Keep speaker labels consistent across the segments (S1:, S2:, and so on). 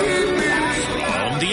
S1: From the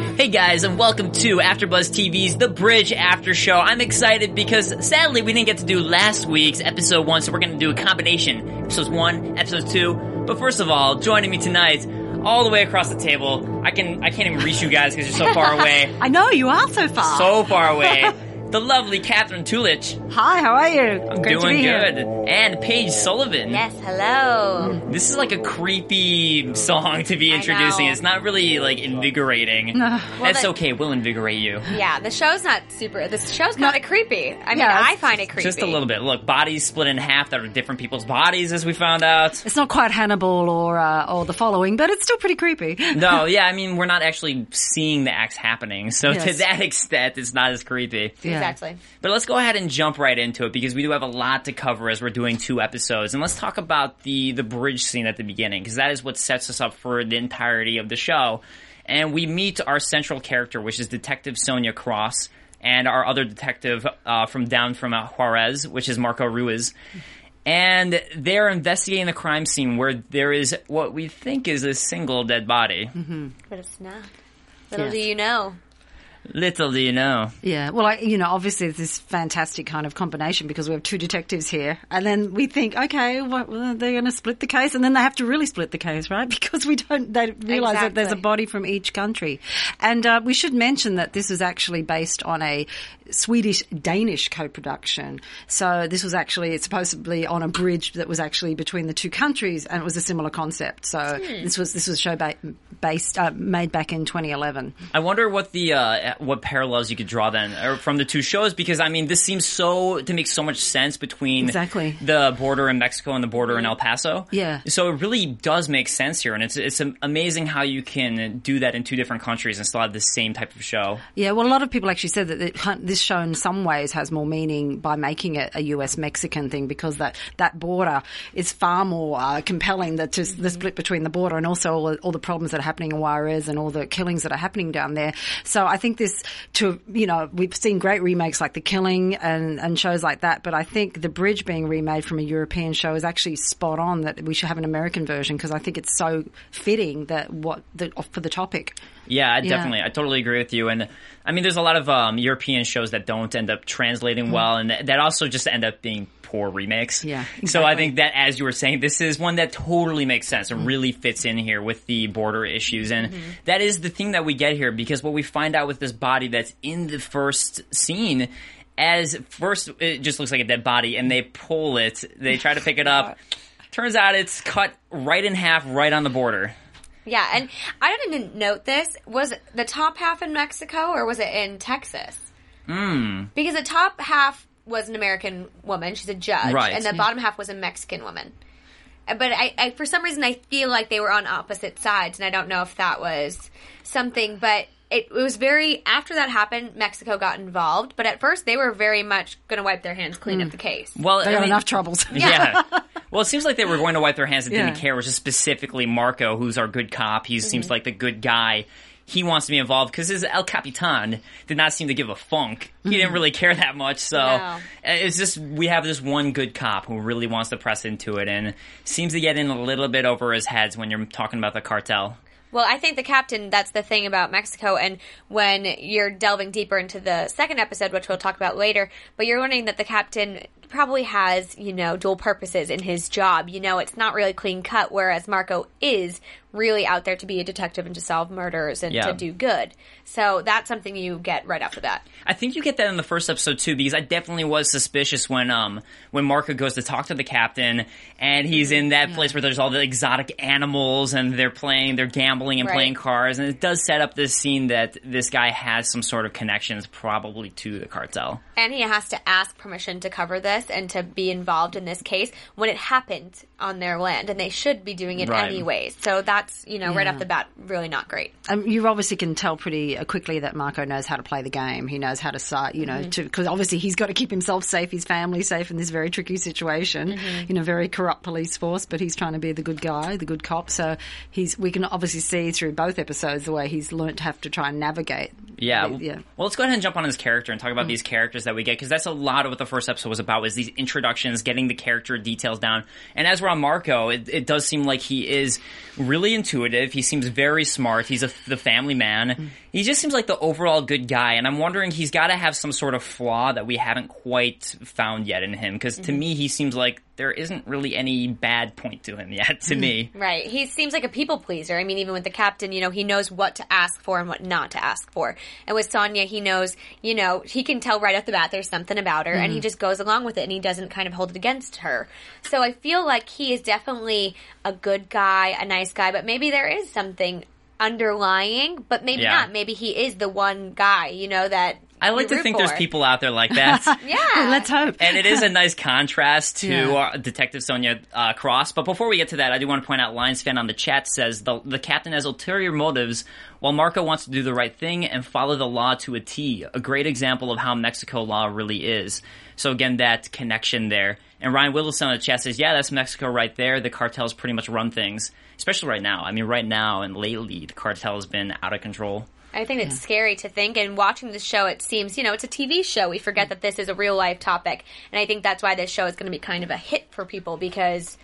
S2: Hey guys, and welcome to AfterBuzz TV's The Bridge After Show. I'm excited because sadly we didn't get to do last week's episode one, so we're going to do a combination episodes one, episodes two. But first of all, joining me tonight, all the way across the table, I can I can't even reach you guys because you're so far away,
S3: I know you are so far.
S2: so far away. The lovely Catherine Tulich,
S3: Hi, how are you?
S2: I'm
S3: Great
S2: doing
S3: to be
S2: good,
S3: here.
S2: and Paige Sullivan.
S4: Yes, hello.
S2: This is like a creepy song to be
S4: I
S2: introducing.
S4: know.
S2: It's not really like invigorating. That's
S4: the-
S2: okay. We'll invigorate you.
S4: Yeah, the show's not super. The show's kind of creepy. I mean,
S3: Yeah,
S4: I find it creepy.
S2: Just a little bit. Look, bodies split in half that are different people's bodies, as we found out.
S3: It's not quite Hannibal or uh, or the following, but it's still pretty creepy.
S2: No, yeah, I mean, we're not actually seeing the acts happening, so to
S3: Yes.
S2: that extent, it's not as creepy.
S3: Yeah.
S4: Exactly.
S2: But let's go ahead and jump right into it because we do have a lot to cover as we're doing two episodes, and let's talk about the the bridge scene at the beginning because that is what sets us up for the entirety of the show, and we meet our central character, which is Detective Sonia Cross, and our other detective uh, from down from uh, Juarez, which is Marco Ruiz. And they're investigating the crime scene where there is what we think is a single dead body.
S4: But it's not. Little do you know.
S2: Little do you know.
S3: Yeah. Well, I, you know, obviously it's this fantastic kind of combination because we have two detectives here, and then we think, okay, what, well, they're going to split the case, and then they have to really split the case, right? Because we don't they realize that there's a
S4: Exactly.
S3: body from each country, and uh, we should mention that this is actually based on a Swedish Danish co-production. So this was actually it's supposedly on a bridge that was actually between the two countries, and it was a similar concept. So this was this was a show ba- based uh, made back in 2011.
S2: I wonder what the uh, what parallels you could draw then or from the two shows because I mean this seems so to make so much sense between
S3: Exactly.
S2: the border in Mexico and the border in El Paso.
S3: Yeah.
S2: So it really does make sense here, and it's it's am- amazing how you can do that in two different countries and still have the same type of show.
S3: Yeah, well, a lot of people actually said that it, kind- this show in some ways has more meaning by making it a US Mexican thing because that, that border is far more uh, compelling that just
S2: Mm-hmm.
S3: the split between the border and also all, all the problems that are happening in Juarez and all the killings that are happening down there. So I think this to, you know, we've seen great remakes like The Killing and, and shows like that, but I think The Bridge being remade from a European show is actually spot on that we should have an American version because I think it's so fitting that what, the, for the topic.
S2: Yeah, I
S3: Yeah.
S2: definitely. I totally agree with you. And I mean, there's a lot of um, European shows that don't end up translating well, and th- that also just end up being poor remakes.
S3: Yeah,
S2: So I think that, as you were saying, this is one that totally makes sense and really fits in here with the border issues. And that is the thing that we get here because what we find out with this body that's in the first scene. As first, it just looks like a dead body, and they pull it. They try to pick it up. Turns out it's cut right in half, right on the border.
S4: Yeah, and I didn't note this. Was the top half in Mexico or was it in Texas?
S2: Hmm.
S4: Mm. Because the top half was an American woman. She's a judge,
S2: Right.
S4: and the bottom half was a Mexican woman. Uh, But I, I, for some reason, I feel like they were on opposite sides, and I don't know if that was something. But it, it was very after that happened, Mexico got involved. But at first, they were very much going to wipe their hands clean of the case.
S2: Hmm. Well, I
S3: They got
S2: mean-
S3: enough troubles.
S2: Yeah. Well, it seems like they were going to wipe their hands and didn't
S3: Yeah.
S2: care, which is specifically Marco, who's our good cop. He seems like the good guy. He wants to be involved because his El Capitan did not seem to give a funk. He didn't really care that much. So uh,
S4: No.
S2: it's just we have this one good cop who really wants to press into it and seems to get in a little bit over his heads when you're talking about the cartel.
S4: Well, I think the captain, that's the thing about Mexico. And when you're delving deeper into the second episode, which we'll talk about later, but you're learning that the captain probably has, you know, dual purposes in his job. You know, it's not really clean cut, whereas Marco is really out there to be a detective and to solve murders and
S2: Yeah.
S4: to do good. So that's something you get right after that.
S2: I think you get that in the first episode too, because I definitely was suspicious when um when Marco goes to talk to the captain and he's in that place where there's all the exotic animals and they're playing, they're gambling and
S4: Right.
S2: playing cars, and it does set up this scene that this guy has some sort of connections probably to the cartel.
S4: And he has to ask permission to cover this and to be involved in this case when it happened on their land, and they should be doing it
S2: Right.
S4: anyways. So that's, you know, right off the bat, really not great.
S3: um, you obviously can tell pretty uh, quickly that Marco knows how to play the game. He knows how to start, you know, to because obviously he's got to keep himself safe, his family safe in this very tricky situation in a very corrupt police force. But he's trying to be the good guy, the good cop. So he's we can obviously see through both episodes the way he's learnt to have to try and navigate.
S2: Yeah.
S3: the- yeah.
S2: Well, let's go ahead and jump on his character and talk about these characters that we get because that's a lot of what the first episode was about was these introductions, getting the character details down. And as we're on Marco, it, it does seem like he is really intuitive. He seems very smart. He's a, the family man. He just seems like the overall good guy. And I'm wondering he's got to have some sort of flaw that we haven't quite found yet in him because to me he seems like there isn't really any bad point to him yet. To me,
S4: Right. He seems like a people pleaser. I mean, even with the captain, you know, he knows what to ask for and what not to ask for. And with Sonya, he knows, you know, he can tell right off the bat there's something about her
S2: Mm-hmm.
S4: and he just goes along with it and he doesn't kind of hold it against her. So I feel like he is definitely a good guy, a nice guy, but maybe there is something underlying, but maybe
S2: Yeah.
S4: not. Maybe he is the one guy, you know, that
S2: I like
S4: you
S2: to
S4: root
S2: think
S4: for.
S2: there's people out there like that.
S4: Yeah.
S3: Let's hope.
S2: and it is a nice contrast to
S3: Yeah.
S2: our Detective Sonia uh, Cross. But before we get to that, I do want to point out Lions fan on the chat says the, the captain has ulterior motives, while Marco wants to do the right thing and follow the law to a T. A great example of how Mexico law really is. So again, that connection there. And Ryan Willison on the chat says, "Yeah, that's Mexico right there. The cartels pretty much run things, especially right now. I mean, right now and lately, the cartel has been out of control."
S4: I think it's scary to think. And watching the show, it seems, you know, it's a TV show. We forget that this is a real life topic. And I think that's why this show is going to be kind of a hit for people because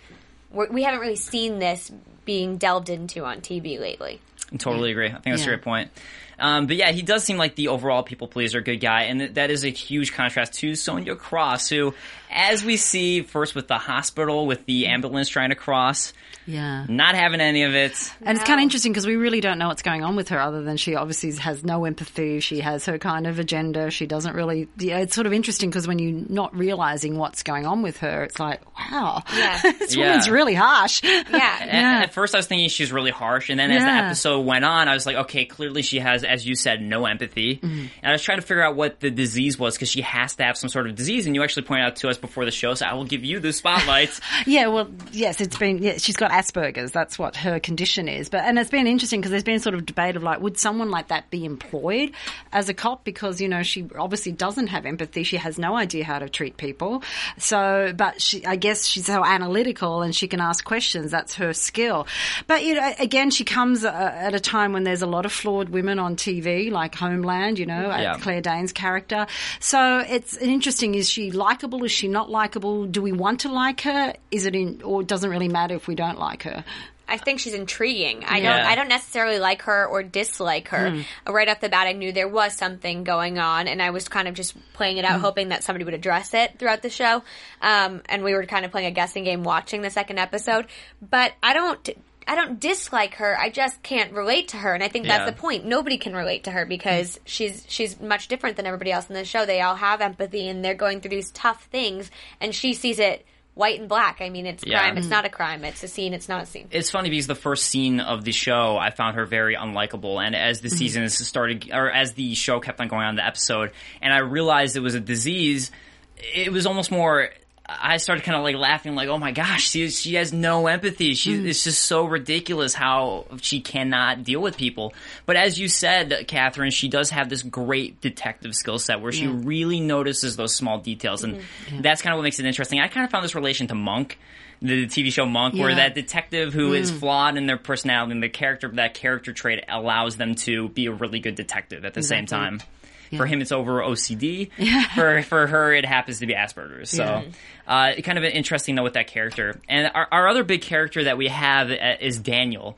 S4: we're, we haven't really seen this being delved into on TV lately.
S2: Totally agree. I think that's
S3: Yeah.
S2: a great point. Um, but yeah, he does seem like the overall people pleaser, good guy, and th- that is a huge contrast to Sonia Cross, who, as we see first with the hospital, with the ambulance trying to cross,
S3: Yeah.
S2: not having any of it.
S3: And it's kind of interesting because we really don't know what's going on with her, other than she obviously has no empathy. She has her kind of agenda. She doesn't really. Yeah, it's sort of interesting because when you're not realizing what's going on with her, it's like, wow,
S4: Yeah.
S3: this
S2: Yeah.
S3: woman's really harsh.
S4: Yeah.
S2: A- At first, I was thinking she's really harsh, and then as the
S3: Yeah.
S2: episode went on, I was like, okay, clearly she has, as you said, no empathy.
S3: Mm-hmm.
S2: And I was trying to figure out what the disease was because she has to have some sort of disease. And you actually pointed out to us before the show, so I will give you the spotlight.
S3: Yeah, well, yes, it's been. Yeah, she's got Asperger's. That's what her condition is. But and it's been interesting because there's been sort of debate of like, would someone like that be employed as a cop? Because you know she obviously doesn't have empathy. She has no idea how to treat people. So, but she, I guess she's so analytical and she can ask questions. That's her skill. But you know, again, she comes uh, at a time when there's a lot of flawed women on TV, like Homeland. You know,
S2: Yeah.
S3: Claire Claire Danes' character. So it's interesting. Is she likable? Is she not likable? Do we want to like her? Is it in, or it doesn't really matter if we don't like her?
S4: I think she's intriguing. I
S2: Yeah. Hmm.
S4: don't I don't necessarily like her or dislike her. Uh, Right off the bat I knew there was something going on and I was kind of just playing it
S2: Hmm.
S4: out hoping that somebody would address it throughout the show. Um, and we were kind of playing a guessing game watching the second episode, but I don't I don't dislike her. I just can't relate to her and I think that's
S2: Yeah. Hmm.
S4: the point. Nobody can relate to her because she's she's much different than everybody else in the show. They all have empathy and they're going through these tough things and she sees it White and black. I mean, it's
S2: Yeah. Hmm.
S4: crime. It's not a crime. It's a scene. It's not a scene.
S2: it's funny because the first scene of the show, I found her very unlikable. And as the season started, or as the show kept on going on the episode, and I realized it was a disease, it was almost more. I started kind of like laughing, like, "Oh my gosh, she she has no empathy. She it's just so ridiculous how she cannot deal with people." But as you said, Catherine, she does have this great detective skill set where she really notices those small details, and that's kind of what makes it interesting. I kind of found this relation to Monk, the TV show Monk, where
S3: Yeah.
S2: that detective who is flawed in their personality and the character that character trait allows them to be a really good detective at the same time. For him, it's over OCD. for for her, it happens to be Asperger's. So, uh, kind of an interesting note with that character. And our, our other big character that we have uh, is Daniel.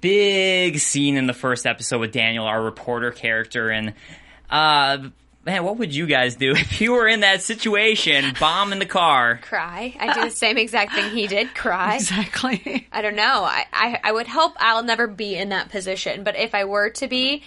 S2: Big scene in the first episode with Daniel, our reporter character, and uh, man, what would you guys do if you were in that situation, bomb in the car?
S4: Cry. I do the same exact thing he did. Cry.
S3: Exactly.
S4: I don't know. I, I I would hope I'll never be in that position, but if I were to be,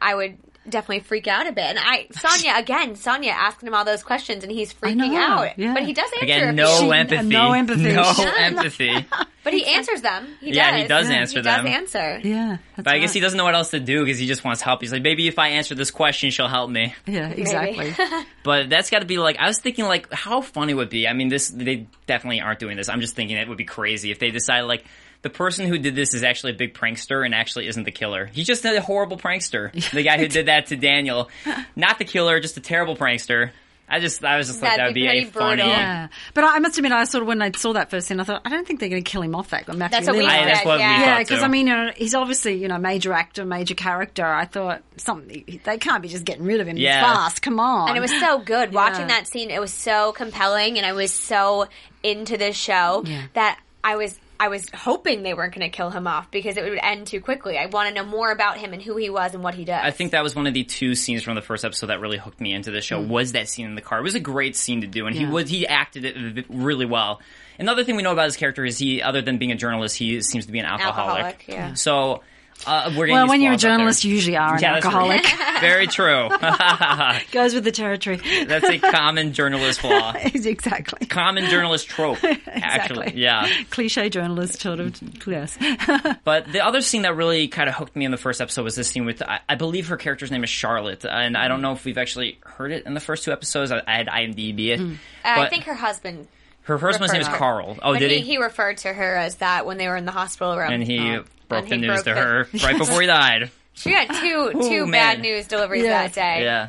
S4: I would definitely freak out a bit. And I Sonia again, Sonia asking him all those questions and he's freaking
S3: know,
S4: out.
S3: yeah.
S4: But he does answer
S2: Again,
S4: a
S2: no
S4: few.
S2: empathy.
S3: no empathy.
S2: No
S3: Shut
S2: empathy.
S4: But he answers them. He
S2: Yeah,
S4: does.
S2: he does answer
S4: he
S2: them.
S4: does answer.
S3: Yeah. that's
S2: But I guess he
S3: right.
S2: doesn't know what else to do because he just wants help. He's like, maybe if I answer this question, she'll help me.
S3: Yeah, exactly.
S2: But that's got to be like I was thinking like how funny would it be. I mean this they definitely aren't doing this. I'm just thinking it would be crazy if they decide like the person who did this is actually a big prankster and actually isn't the killer. He's just a horrible prankster. The guy who did that to Daniel, not the killer, just a terrible prankster. I just I was just like
S4: That'd
S2: that would
S4: be
S2: be, a
S4: pretty
S2: funny.
S4: brutal.
S3: yeah. But I I must admit, I sort of, when I saw that first scene, I thought, I don't think they're going to kill him off that. Matthew
S4: That's what we
S3: Lillard.
S2: I, that's what
S4: Yeah.
S2: we
S3: Yeah,
S2: thought
S3: because
S2: too.
S3: I mean, you know, he's obviously you know major actor, major character. I thought something they can't be just getting rid of him
S2: Yeah.
S3: fast. Come on,
S4: And it was so good watching that scene. It was so compelling, and I was so into this show
S3: Yeah.
S4: that I was I was hoping they weren't going to kill him off because it would end too quickly. I want to know more about him and who he was and what he Uh, does.
S2: I think that was one of the two scenes from the first episode that really hooked me into the show was that scene in the car. It was a great scene to do, and he
S3: Hmm. Yeah.
S2: was he acted it v- really well. Another thing we know about his character is he, other than being a journalist, he seems to be an alcoholic.
S4: Alcoholic, yeah.
S2: So uh, we're getting
S3: well,
S2: these
S3: when you're a
S2: flaws out there.
S3: journalist, you usually are an
S2: Yeah, that's
S3: alcoholic.
S2: right. Very true.
S3: Goes with the territory.
S2: that's a common journalist flaw.
S3: exactly.
S2: Common journalist trope, actually.
S3: Exactly.
S2: Yeah.
S3: Cliche journalist sort of. Yes.
S2: But the other scene that really kind of hooked me in the first episode was this scene with, I, I believe her character's name is Charlotte, and I don't know if we've actually heard it in the first two episodes. I, I had IMDb it.
S4: Uh, I
S2: But
S4: think her husband.
S2: her husband's name is
S4: referred to her.
S2: Carl. Oh,
S4: But
S2: did he?
S4: he? referred to her as that when they were in the hospital room.
S2: and he
S4: Oh.
S2: broke
S4: And
S2: the
S4: he
S2: news
S4: broke
S2: to
S4: it.
S2: her right before he died.
S4: She had two
S2: Ooh,
S4: two
S2: man.
S4: bad news deliveries
S3: Yeah.
S4: that day.
S2: Yeah.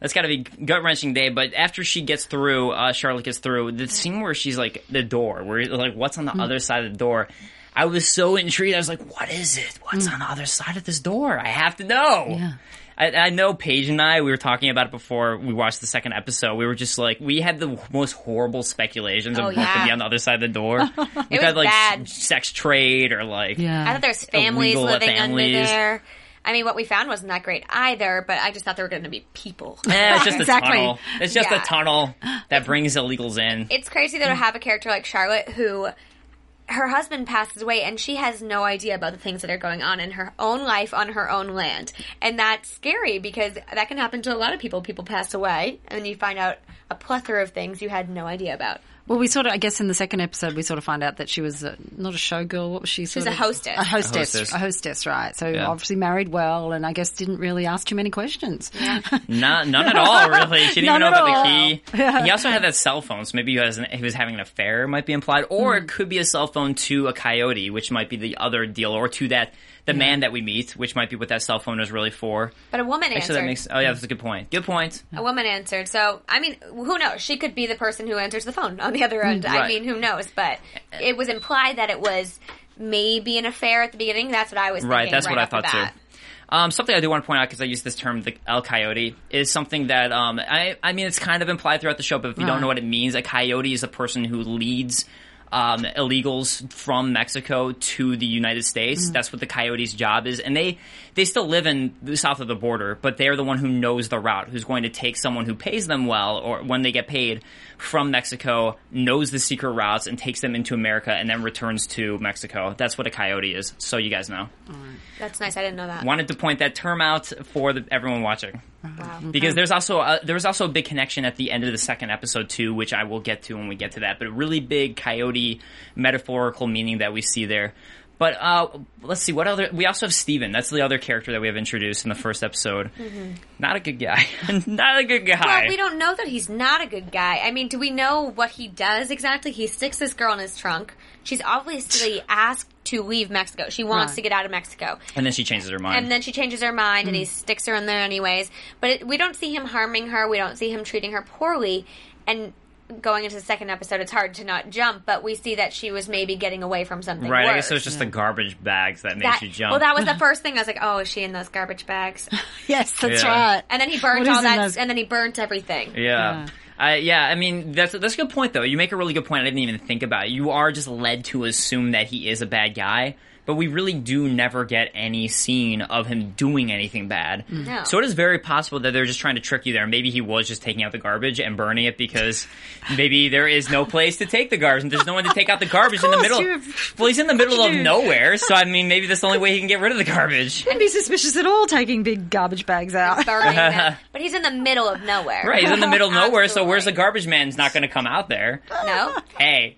S2: That's got to be gut wrenching day. But after she gets through, uh, Charlotte gets through the scene where she's like the door, where like what's
S4: Mm-hmm.
S2: on the other side of the door. I was so intrigued. I was like, "What is it? What's
S4: Mm.
S2: on the other side of this door? I have to know."
S3: Yeah.
S2: I, I know Paige and I. We were talking about it before we watched the second episode. We were just like, we had the most horrible speculations of
S4: Oh,
S2: what could
S4: yeah.
S2: be on the other side of the door. we
S4: It
S2: had
S4: was
S2: like s-
S4: bad.
S2: sex trade or like
S3: Yeah.
S4: I thought there was families
S2: Illegal
S4: living
S2: families.
S4: under there. I mean, what we found wasn't that great either, but I just thought there were going to be people.
S2: Eh, it's just a
S3: Exactly.
S2: tunnel. It's just
S4: Yeah.
S2: a tunnel that brings illegals in.
S4: it's crazy
S2: Mm.
S4: though to have a character like Charlotte who her husband passes away and she has no idea about the things that are going on in her own life on her own land. And that's scary because that can happen to a lot of people. People pass away and you find out a plethora of things you had no idea about.
S3: Well, we sort of, I guess, in the second episode, we sort of find out that she was a, not a showgirl. What was she? She
S4: was a hostess.
S3: A hostess.
S2: A
S3: A
S2: hostess.
S3: hostess, right? So obviously married well, and I guess didn't really ask too many questions.
S2: Not, none at all, really. She didn't even
S3: None
S2: know
S3: at
S2: about the
S3: all.
S2: key. He also had that cell phone, so maybe he was, he was having an affair, might be implied. Or
S3: Hmm.
S2: it could be a cell phone to a coyote, which might be the other deal, or to that the man that we meet, which might be what that cell phone is really for.
S4: But a woman
S2: Actually,
S4: answered.
S2: that makes. Oh, yeah, that's a good point. Good point.
S4: a woman answered. So, I mean, who knows? She could be the person who answers the phone on the other end.
S2: Right.
S4: I mean, who knows? But it was implied that it was maybe an affair at the beginning. That's what I was
S2: Right,
S4: thinking
S2: that's what I
S4: off the
S2: thought too.
S4: bat.
S2: Um, something I do want to point out because I use this term, the El Coyote, is something that um, I, I mean, it's kind of implied throughout the show, but if you don't
S4: Uh-huh.
S3: Right.
S2: know what it means, a coyote is a person who leads um, illegals from Mexico to the United States.
S4: Mm-hmm.
S2: That's what the coyote's job is, and they they still live in the south of the border, but they're the one who knows the route, who's going to take someone who pays them well or when they get paid from Mexico, knows the secret routes, and takes them into America, and then returns to Mexico. That's what a coyote is. So you guys know
S4: That's nice. I didn't know that.
S2: wanted to point that term out for the, everyone watching
S4: Wow.
S2: because there's also a, there was also a big connection at the end of the second episode too, which I will get to when we get to that. But a really big coyote metaphorical meaning that we see there. But uh, let's see what other we also have Steven. That's the other character that we have introduced in the first episode. Not a good guy. Not a good guy.
S4: Mm-hmm. Well, we don't know that he's not a good guy. I mean, do we know what he does exactly? He sticks this girl in his trunk. She's obviously asked to leave Mexico. She wants
S3: Right.
S4: to get out of Mexico.
S2: and then she changes her mind.
S4: And then she changes her mind
S2: Mm.
S4: and he sticks her in there anyways. But it, we don't see him harming her. We don't see him treating her poorly. And going into the second episode, it's hard to not jump, but we see that she was maybe getting away from something.
S2: right?
S4: Worse.
S2: I guess it was just the garbage bags that made
S4: that,
S2: you jump.
S4: Well, that was the first thing. I was like, oh, is she in those garbage bags?
S3: yes, that's
S2: Yeah.
S3: right.
S4: And then he
S3: What
S4: burnt
S3: is
S4: all
S3: in
S4: that,
S3: those-
S4: and then he burnt everything.
S2: Yeah.
S3: Yeah.
S2: I yeah, I mean that's that's a good point though. You make a really good point. I didn't even think about. You are just led to assume that he is a bad guy but we really do never get any scene of him doing anything bad.
S3: Mm.
S4: No.
S2: So it is very possible that they're just trying to trick you there. Maybe he was just taking out the garbage and burning it because maybe there is no place to take the garbage and there's no one to take out the garbage in the
S3: course,
S2: middle.
S3: you-
S2: Well, he's in the middle of
S3: do?
S2: nowhere, so I mean, maybe that's the only way he can get rid of the garbage.
S3: Wouldn't be suspicious at all taking big garbage bags out.
S4: burning that. But he's in the middle of nowhere.
S2: Right, he's in the middle of nowhere, so
S4: Absolutely.
S2: where's the garbage man's not going to come out there?
S4: No.
S2: Hey,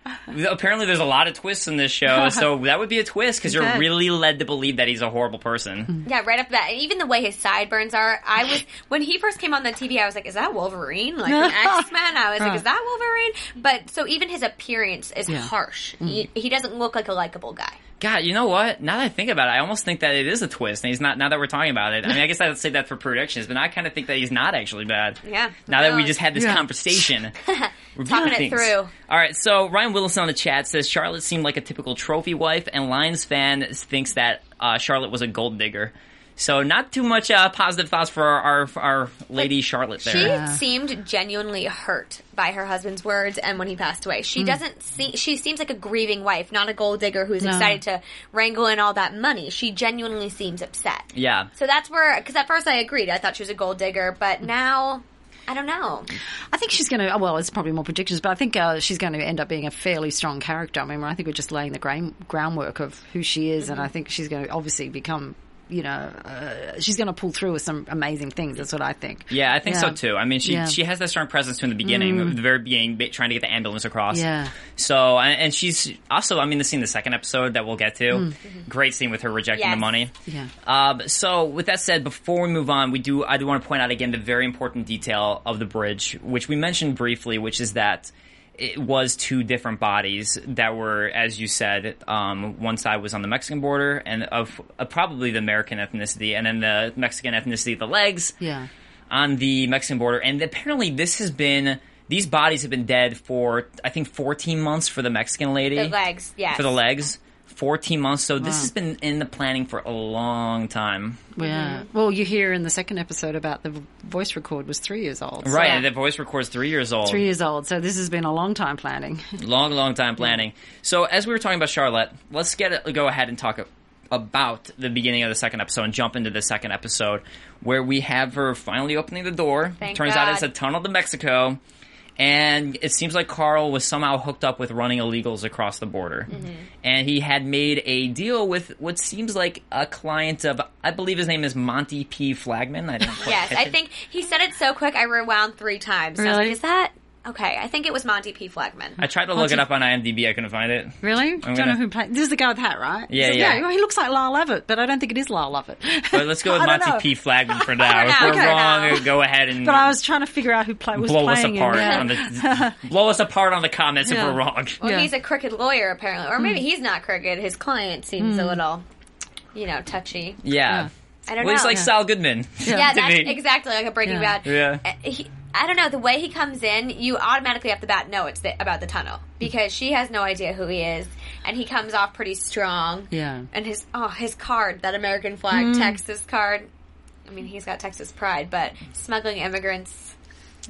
S2: apparently there's a lot of twists in this show, so that would be a twist because you're
S3: bet.
S2: really led to believe that he's a horrible person.
S4: Yeah, right up that. And even the way his sideburns are, I was when he first came on the TV, I was like, "Is that Wolverine?" Like an X Men, I was like, "Is that Wolverine?" But so even his appearance is harsh.
S2: Mm.
S4: He, he doesn't look like a likable guy.
S2: God, you know what? Now that I think about it, I almost think that it is a twist, and he's not. Now that we're talking about it, I mean, I guess I'd say that for predictions, but I kind of think that he's not actually bad.
S4: Yeah.
S2: Now that we
S4: No.
S2: just had this
S3: Yeah.
S2: conversation, we're
S4: Talking
S2: doing
S4: it
S2: things.
S4: through.
S2: All right, so Ryan Willis on the chat says Charlotte seemed like a typical trophy wife, and Lions fan thinks that uh, Charlotte was a gold digger. So not too much uh, positive thoughts for our our, our lady Charlotte there.
S4: She seemed genuinely hurt by her husband's words and when he passed away. She
S2: Mm.
S4: doesn't see she seems like a grieving wife, not a gold digger who's excited to wrangle in all that money. She genuinely seems upset.
S2: yeah.
S4: So that's where cuz at first I agreed. I thought she was a gold digger, but
S3: Hmm.
S4: now I don't know.
S3: I think she's going to. Well, it's probably more predictions, but I think uh, she's going to end up being a fairly strong character. I mean, I think we're just laying the grain, groundwork of who she is,
S2: Mm-hmm.
S3: and I think she's going to obviously become. You know, uh, she's going to pull through with some amazing things. That's what I think.
S2: Yeah, I think so
S3: Yeah.
S2: too. I mean, she
S3: Yeah. Mm.
S2: she has that strong presence too in the beginning, the very beginning, ba- trying to get the ambulance across.
S3: Yeah.
S2: So, and and she's also, I mean, the scene, in the second episode that we'll get to,
S3: Mm.
S2: great scene with her rejecting the
S4: Yes.
S2: money.
S3: Yeah.
S2: Um, so, with that said, before we move on, we do I do want to point out again the very important detail of the bridge, which we mentioned briefly, which is that it was two different bodies that were, as you said, um, one side was on the Mexican border and of uh, probably the American ethnicity, and then the Mexican ethnicity, the legs,
S3: Yeah.
S2: on the Mexican border, and apparently this has been. These bodies have been dead for, I think, 14 months for the Mexican lady
S4: The legs, yes.
S2: for the legs. 14 months. So this has been in the planning for a long time.
S3: Yeah.
S2: Mm-hmm.
S3: Well, you hear in the second episode about the voice record was three years old. So-
S2: Right. And the voice records three years old.
S3: Three years old. So this has been a long time planning.
S2: Long, long time planning. So as we were talking about Charlotte, let's get go ahead and talk about the beginning of the second episode and jump into the second episode where we have her finally opening the door.
S4: Thank
S2: Turns out
S4: God.
S2: it's a tunnel to Mexico. And it seems like Carl was somehow hooked up with running illegals across the border.
S4: Mm-hmm.
S2: And he had made a deal with what seems like a client of, I believe his name is Monty P. Flagman. I didn't quite
S4: Yes,
S2: catch
S4: I
S2: it.
S4: think he said it so quick I rewound 3 times. I was
S3: Really?
S4: like, is that Okay, I think it was Monty P. Flagman.
S2: I tried to look it up on IMDb. I couldn't find it.
S3: Really? Don't
S2: gonna-
S3: know who played. This is the guy with the hat, right?
S2: Yeah,
S3: So-
S2: yeah.
S3: well, he looks like Lyle Lovett, but I don't think it is Lyle Lovett.
S2: But let's go with
S3: I don't
S2: Monty
S3: know.
S2: P. Flagman for now. if
S4: For now,
S2: we're
S4: okay.
S2: wrong, go ahead and
S3: But I was trying to figure out who play, was
S2: blow us
S3: playing
S2: apart
S3: him. Yeah.
S2: on the blow us apart on the comments
S3: Yeah.
S2: if we're wrong.
S4: Well,
S3: Yeah.
S4: he's a crooked lawyer apparently, or
S3: Hmm.
S4: maybe he's not crooked. His client seems a little, you know, touchy.
S2: Yeah.
S4: I don't
S2: Well, he's
S4: know.
S2: like
S4: yeah,
S2: Sal Goodman. to
S4: that's
S2: me.
S4: exactly like a Breaking
S3: Yeah.
S4: Bad.
S2: Yeah.
S4: Uh, He, I don't know the way he comes in. You automatically off the bat know it's the, about the tunnel
S3: Hmm.
S4: because she has no idea who he is, and he comes off pretty strong.
S3: Yeah.
S4: and his oh his card, that American flag Texas card. I mean, he's got Texas pride, but smuggling immigrants.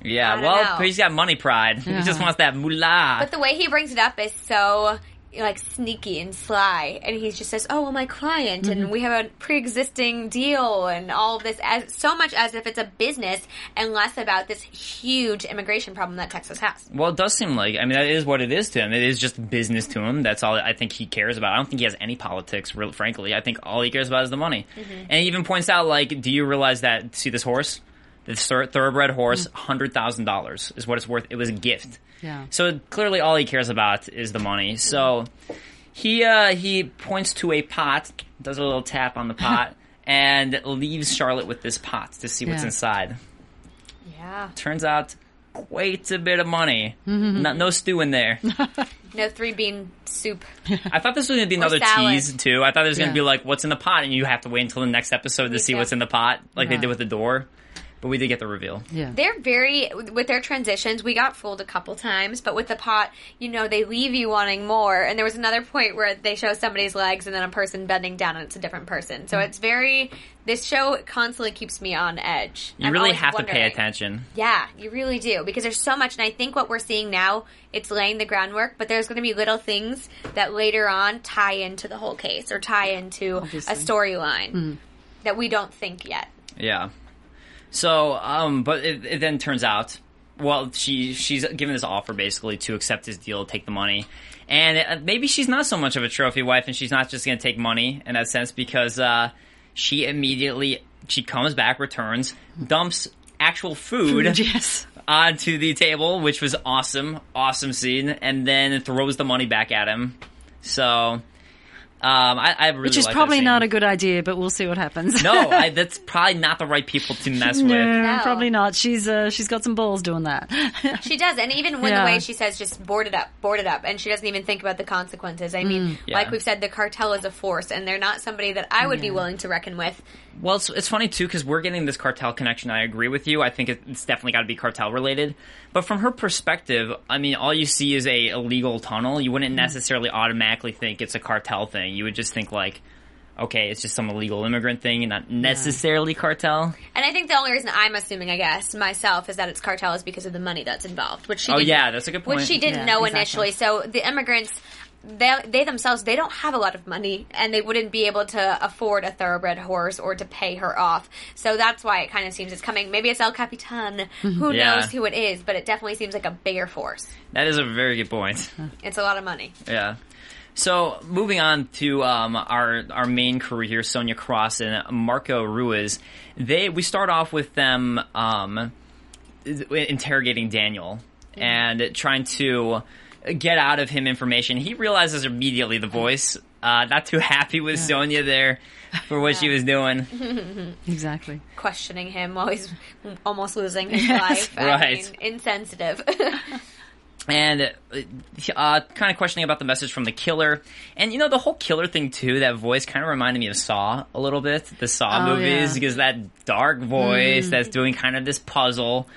S4: I
S2: Yeah.
S4: don't
S2: Well,
S4: know.
S2: he's got money pride. He just wants that moolah.
S4: But the way he brings it up is so like sneaky and sly, and he just says, "Oh, well, my client, and we have a pre-existing deal, and all of this as so much as if it's a business, and less about this huge immigration problem that Texas has."
S2: well, it does seem like I mean that is what it is to him. It is just business to him. That's all I think he cares about. I don't think he has any politics, real, frankly. I think all he cares about is the money.
S3: Mm-hmm.
S2: And he even points out, like, do you realize that? See this horse, this thor- thoroughbred horse, hundred thousand dollars is what it's worth. It was a gift.
S3: Mm. Yeah. Mm-hmm.
S2: So clearly, all he cares about is the money. So he uh, he points to a pot, does a little tap on the pot, and leaves Charlotte with this pot to see what's
S3: Yeah.
S2: inside.
S4: Yeah,
S2: Turns out, quite a bit of money. No, no stew in there.
S4: no three bean soup.
S2: I thought this was going to be another
S4: salad.
S2: tease too. I thought there was going
S3: Yeah.
S2: to be like, what's in the pot, and you have to wait until the next episode to see
S4: too.
S2: what's in the pot, like they
S3: Right.
S2: did with the door. But we did get the reveal.
S3: Yeah.
S4: They're very with their transitions. We got fooled a couple times, but with the pot, you know, they leave you wanting more. And there was another point where they show somebody's legs and then a person bending down, and it's a different person. So it's very. This show constantly keeps me on edge.
S2: You
S4: I'm
S2: really
S4: always
S2: have to pay
S4: wondering.
S2: attention.
S4: Yeah, you really do because there's so much, and I think what we're seeing now it's laying the groundwork. But there's going to be little things that later on tie into the whole case or tie into
S3: Obviously.
S4: a storyline that we don't think yet.
S2: Yeah. So, um, but it, it then turns out, well, she she's given this offer basically to accept his deal, take the money, and uh, maybe she's not so much of a trophy wife, and she's not just going to take money in that sense because uh, she immediately she comes back, returns, dumps actual food
S3: Yes.
S2: onto the table, which was awesome, awesome scene, and then throws the money back at him. So, um, I, I really
S3: Which is
S2: like that
S3: probably
S2: scene.
S3: not a good idea, but we'll see what happens.
S2: no, I, that's probably not the right people to mess
S3: No,
S2: with.
S4: No.
S3: probably not. She's uh, she's got some balls doing that.
S4: She does, and even when
S3: Yeah.
S4: the way she says just board it up, board it up, and she doesn't even think about the consequences. I mean,
S2: Mm. Yeah.
S4: like we've said, the cartel is a force, and they're not somebody that I would be willing to reckon with.
S2: Well, it's, it's funny too because we're getting this cartel connection. I agree with you. I think it, it's definitely got to be cartel related. But from her perspective, I mean, all you see is a illegal tunnel. You wouldn't necessarily automatically think it's a cartel thing. You would just think like, okay, it's just some illegal immigrant thing, and not necessarily cartel.
S4: And I think the only reason I'm assuming, I guess, myself, is that it's cartel is because of the money that's involved, which she
S2: Oh,
S4: didn't-
S2: yeah, that's a good point.
S4: which she didn't
S3: Yeah,
S4: know
S3: exactly.
S4: initially. So the immigrants. They, they themselves they don't have a lot of money and they wouldn't be able to afford a thoroughbred horse or to pay her off so that's why it kind of seems it's coming maybe it's el capitan who
S2: Mm-hmm. Yeah.
S4: knows who it is but it definitely seems like a bigger force
S2: That is a very good point.
S4: it's a lot of money
S2: Yeah. So moving on to um, our our main crew here, Sonia Cross and Marco Ruiz. They we start off with them um, interrogating Daniel and trying to get out of him information. He realizes immediately the voice. Uh, not too happy with Sonia there for what she was doing.
S3: exactly.
S4: questioning him while he's almost losing his life
S2: Right.
S4: I mean, insensitive
S2: and uh, kind of questioning about the message from the killer. And you know the whole killer thing too. That voice kind of reminded me of Saw a little bit, the Saw
S3: Oh,
S2: movies,
S3: yeah.
S2: because that dark voice that's doing kind of this puzzle.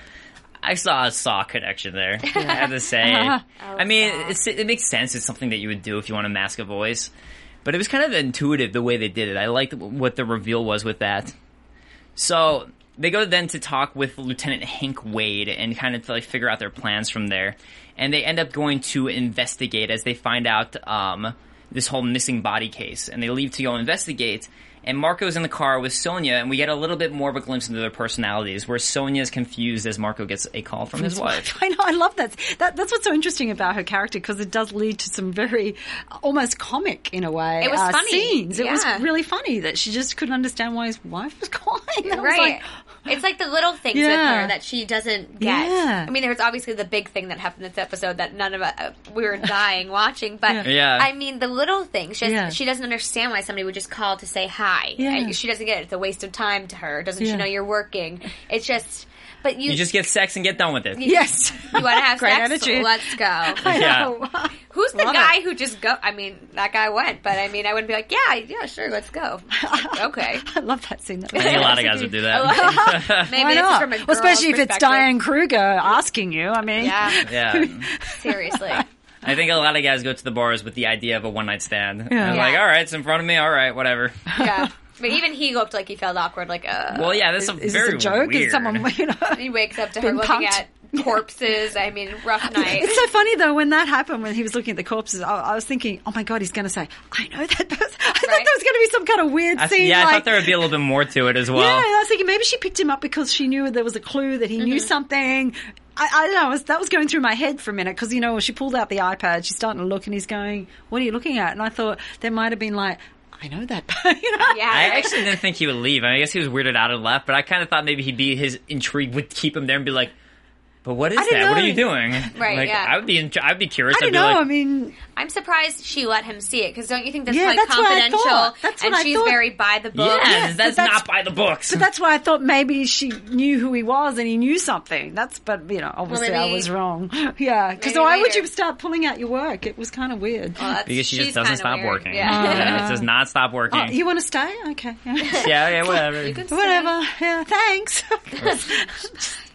S2: I saw a Saw connection there. I have to say, I mean,
S4: Saw.
S2: it's, it makes sense. It's something that you would do if you want to mask a voice. But it was kind of intuitive the way they did it. I liked what the reveal was with that. So they go then to talk with Lieutenant Hank Wade and kind of like figure out their plans from there. And they end up going to investigate as they find out um, this whole missing body case. And they leave to go investigate. And Marco's in the car with Sonia, and we get a little bit more of a glimpse into their personalities, where Sonia is confused as Marco gets a call from his wife.
S3: I know. I love that. that that's what's so interesting about her character because it does lead to some very uh, almost comic in a way.
S4: It was
S3: uh,
S4: funny.
S3: scenes. It was
S4: Yeah.
S3: really funny that she just couldn't understand why his wife was calling. That was
S4: right
S3: like,
S4: it's like the little things
S3: Yeah.
S4: with her that she doesn't get
S3: Yeah.
S4: i mean there's obviously the big thing that happened this episode that none of us uh, we were dying watching but
S2: Yeah.
S4: i mean the little things she,
S3: Yeah.
S4: she doesn't understand why somebody would just call to say hi
S3: Yeah.
S4: Uh, she doesn't get it it's a waste of time to her doesn't
S3: Yeah.
S4: she know you're working it's just but you,
S2: You just get sex and get done with it.
S3: yes.
S4: you want to have
S3: Great
S4: sex
S3: attitude.
S4: let's go
S3: I
S2: Yeah.
S3: know.
S4: Who's the
S3: Love
S4: guy who just go? I mean, that guy went, but I mean, I wouldn't be like, yeah, yeah, sure, let's go. okay,
S3: I love that scene. That
S2: I
S3: was
S2: think a
S3: so
S2: lot of
S3: nice.
S2: guys would do that.
S4: maybe
S3: Why
S4: this is
S3: not?
S4: from a
S3: Well, especially if
S4: girl's
S3: it's
S4: perspective.
S3: Diane Kruger asking you. I mean,
S4: Yeah,
S2: Yeah.
S4: seriously.
S2: I think a lot of guys go to the bars with the idea of a one night stand. And
S3: Yeah.
S2: it's like,
S4: Yeah.
S2: all right, it's in front of me, all right, whatever.
S4: Yeah, but even he looked like he felt awkward. Like, uh,
S2: Well, yeah, that's a
S3: is
S2: very
S3: this a joke?
S2: Weird.
S3: Is someone you know?
S4: he wakes up to her
S3: Been punked.
S4: looking at corpses. I mean, rough night.
S3: It's so funny though when that happened when he was looking at the corpses. I, I was thinking, oh my god, he's going to say, "I know that person." I thought there
S4: Right.
S3: was going to be some kind of weird
S2: I th-
S3: scene.
S2: yeah, I
S3: like,
S2: thought there would be a little bit more to it as well.
S3: yeah, I was thinking maybe she picked him up because she knew there was a clue that he knew
S2: Mm-hmm.
S3: something. I, I don't know. I was, that was going through my head for a minute because you know she pulled out the iPad. She's starting to look, and he's going, "What are you looking at?" And I thought there might have been like, "I know that," you know?
S4: Yeah.
S2: I actually didn't think he would leave. I, mean, I guess he was weirded out and left, but I kind of thought maybe he'd be his intrigue would keep him there and be like, But what is
S3: I didn't
S2: that? What
S3: know
S2: are you
S3: it-
S2: doing?
S4: Right,
S2: Like,
S4: yeah.
S2: I would be. In- I'd be curious.
S3: I
S2: would
S3: don't
S2: be like,
S3: know. I mean,
S4: I'm surprised she let him see it because don't you think that's
S3: Yeah,
S4: like
S3: that's what I
S4: confidential?
S3: thought. That's
S4: and
S3: what I
S4: she's
S3: thought.
S4: very by the book.
S2: yes,
S3: but
S2: that's,
S3: that's-
S2: not by the books.
S3: but that's why I thought maybe she knew who he was and he knew something. That's, but you know, obviously I
S4: maybe-
S3: was wrong. yeah, because
S4: maybe
S3: why would
S4: later. Oh.
S3: you start pulling out your work? It was kind of weird.
S4: Well, that's-
S2: because she
S4: she's
S2: just doesn't
S4: kinda
S2: stop
S4: weird.
S2: working.
S3: Uh,
S4: Yeah.
S2: Yeah, it does not stop working.
S3: Oh, you want to stay? Okay. Yeah.
S2: yeah, yeah, whatever.
S4: You could say-
S3: Whatever. Yeah. Thanks.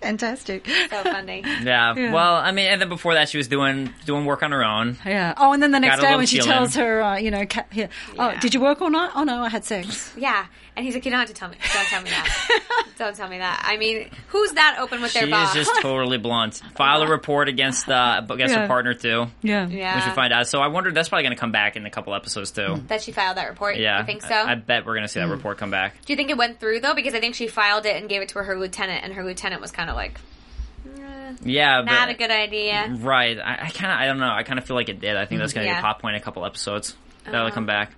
S3: Fantastic.
S4: So funny.
S2: yeah.
S3: Yeah.
S2: Well, I mean, and then before that, she was doing doing work on her own.
S3: Yeah. Oh, and then the
S2: a
S3: next day
S2: little
S3: when she
S2: chill in.
S3: tells her, uh, you know, cat, here,
S4: Yeah.
S3: oh, did you work all night? Oh no, I had sex.
S4: Yeah. And he's like, you don't have to tell me. Don't tell me that. don't tell me that. I mean, who's that open with their
S2: She is
S4: boss?
S2: just totally blunt. File a report against uh, against her
S3: Yeah.
S2: partner too.
S3: Yeah.
S4: yeah.
S2: We should find out. So I wonder that's probably going to come back in a couple episodes too.
S4: that she filed that report.
S2: Yeah,
S4: You think so? Hmm.
S2: I, I bet we're going to see that report come back.
S4: Do you think it went through though? Because I think she filed it and gave it to her lieutenant, and her lieutenant was kind of like, "Eh,
S2: Yeah,
S4: not
S2: but, Mm-hmm.
S4: a good idea.
S2: Right. I, I kind of. I don't know. I kind of feel like it did. I think that's going to be
S4: Yeah. Oh.
S2: a pop point in a couple episodes. That'll come back.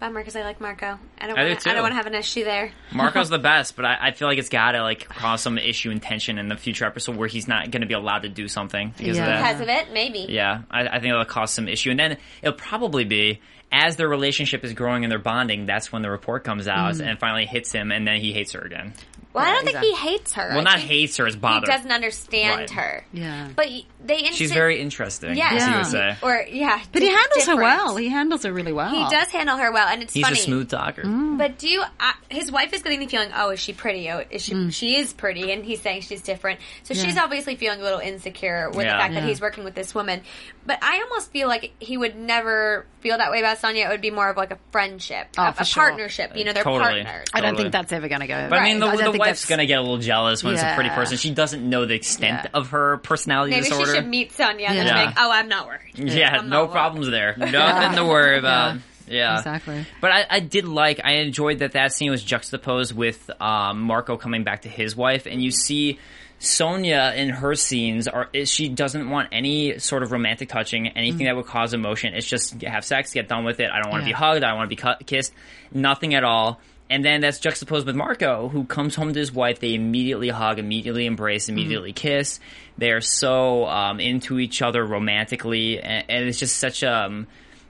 S4: Bummer, because I like Marco. I don't.
S2: I do
S4: Wanna, I
S2: too.
S4: don't want to have an issue there.
S2: Marco's the best, but I, I feel like it's got to like cause some issue and tension in the future episode where he's not going to be allowed to do something because
S3: Yeah.
S2: of that.
S4: Because of it, maybe.
S2: Yeah, I, I think it'll cause some issue, and then it'll probably be as their relationship is growing and they're bonding. That's when the report comes out
S4: Mm-hmm.
S2: and finally hits him, and then he hates her again.
S4: Well, I don't think he hates her.
S2: Well,
S4: I
S2: not
S4: think
S2: hates her, is
S4: He
S2: bothered.
S4: doesn't understand
S2: Right.
S4: her.
S3: Yeah.
S4: But y- they. Instant-
S2: She's very interesting.
S4: Yeah.
S2: as you
S3: Yeah.
S2: would say.
S4: Or yeah.
S3: But he handles her
S4: different.
S3: well. He handles her really well.
S4: He does handle her well, and it's
S2: He's
S4: funny. Mm-hmm.
S2: a smooth talker.
S4: But do you? I his wife is getting the feeling, oh, is she pretty? Oh, is she?
S2: Mm.
S4: She is pretty, and he's saying she's different. So she's obviously feeling a little insecure with
S2: Yeah.
S4: the fact
S2: Yeah.
S4: that he's working with this woman. But I almost feel like he would never feel that way about Sonya. It would be more of like a friendship,
S3: Oh,
S4: a,
S3: for
S4: a
S3: sure.
S4: partnership. You know, they're
S2: Totally.
S4: partners.
S3: I don't
S2: Totally.
S3: think that's ever going to go.
S2: But I mean,
S3: I
S2: the,
S3: don't
S2: the
S3: think
S2: wife's
S3: that's-
S2: going to get a little jealous when it's a pretty
S3: Yeah.
S2: person. She doesn't know the extent
S3: Yeah.
S2: of her personality
S4: Maybe
S2: disorder.
S4: she should meet Sonya and
S3: Yeah.
S4: then be like, oh, I'm not worried.
S2: Yeah,
S4: I'm not
S2: no
S4: worried.
S2: problems there. Nothing to worry about. Yeah.
S3: Exactly.
S2: But I, I did like, I enjoyed that that scene was juxtaposed with um, Marco coming back to his wife, and you see Sonia in her scenes are is- she doesn't want any sort of romantic touching, anything that would cause emotion. It's just have sex, get done with it. I don't want to
S3: Yeah.
S2: be hugged. I don't want to be cu- kissed. Nothing at all. And then that's juxtaposed with Marco, who comes home to his wife. They immediately hug, immediately embrace, immediately kiss. They are so um, into each other romantically, and, and it's just such um,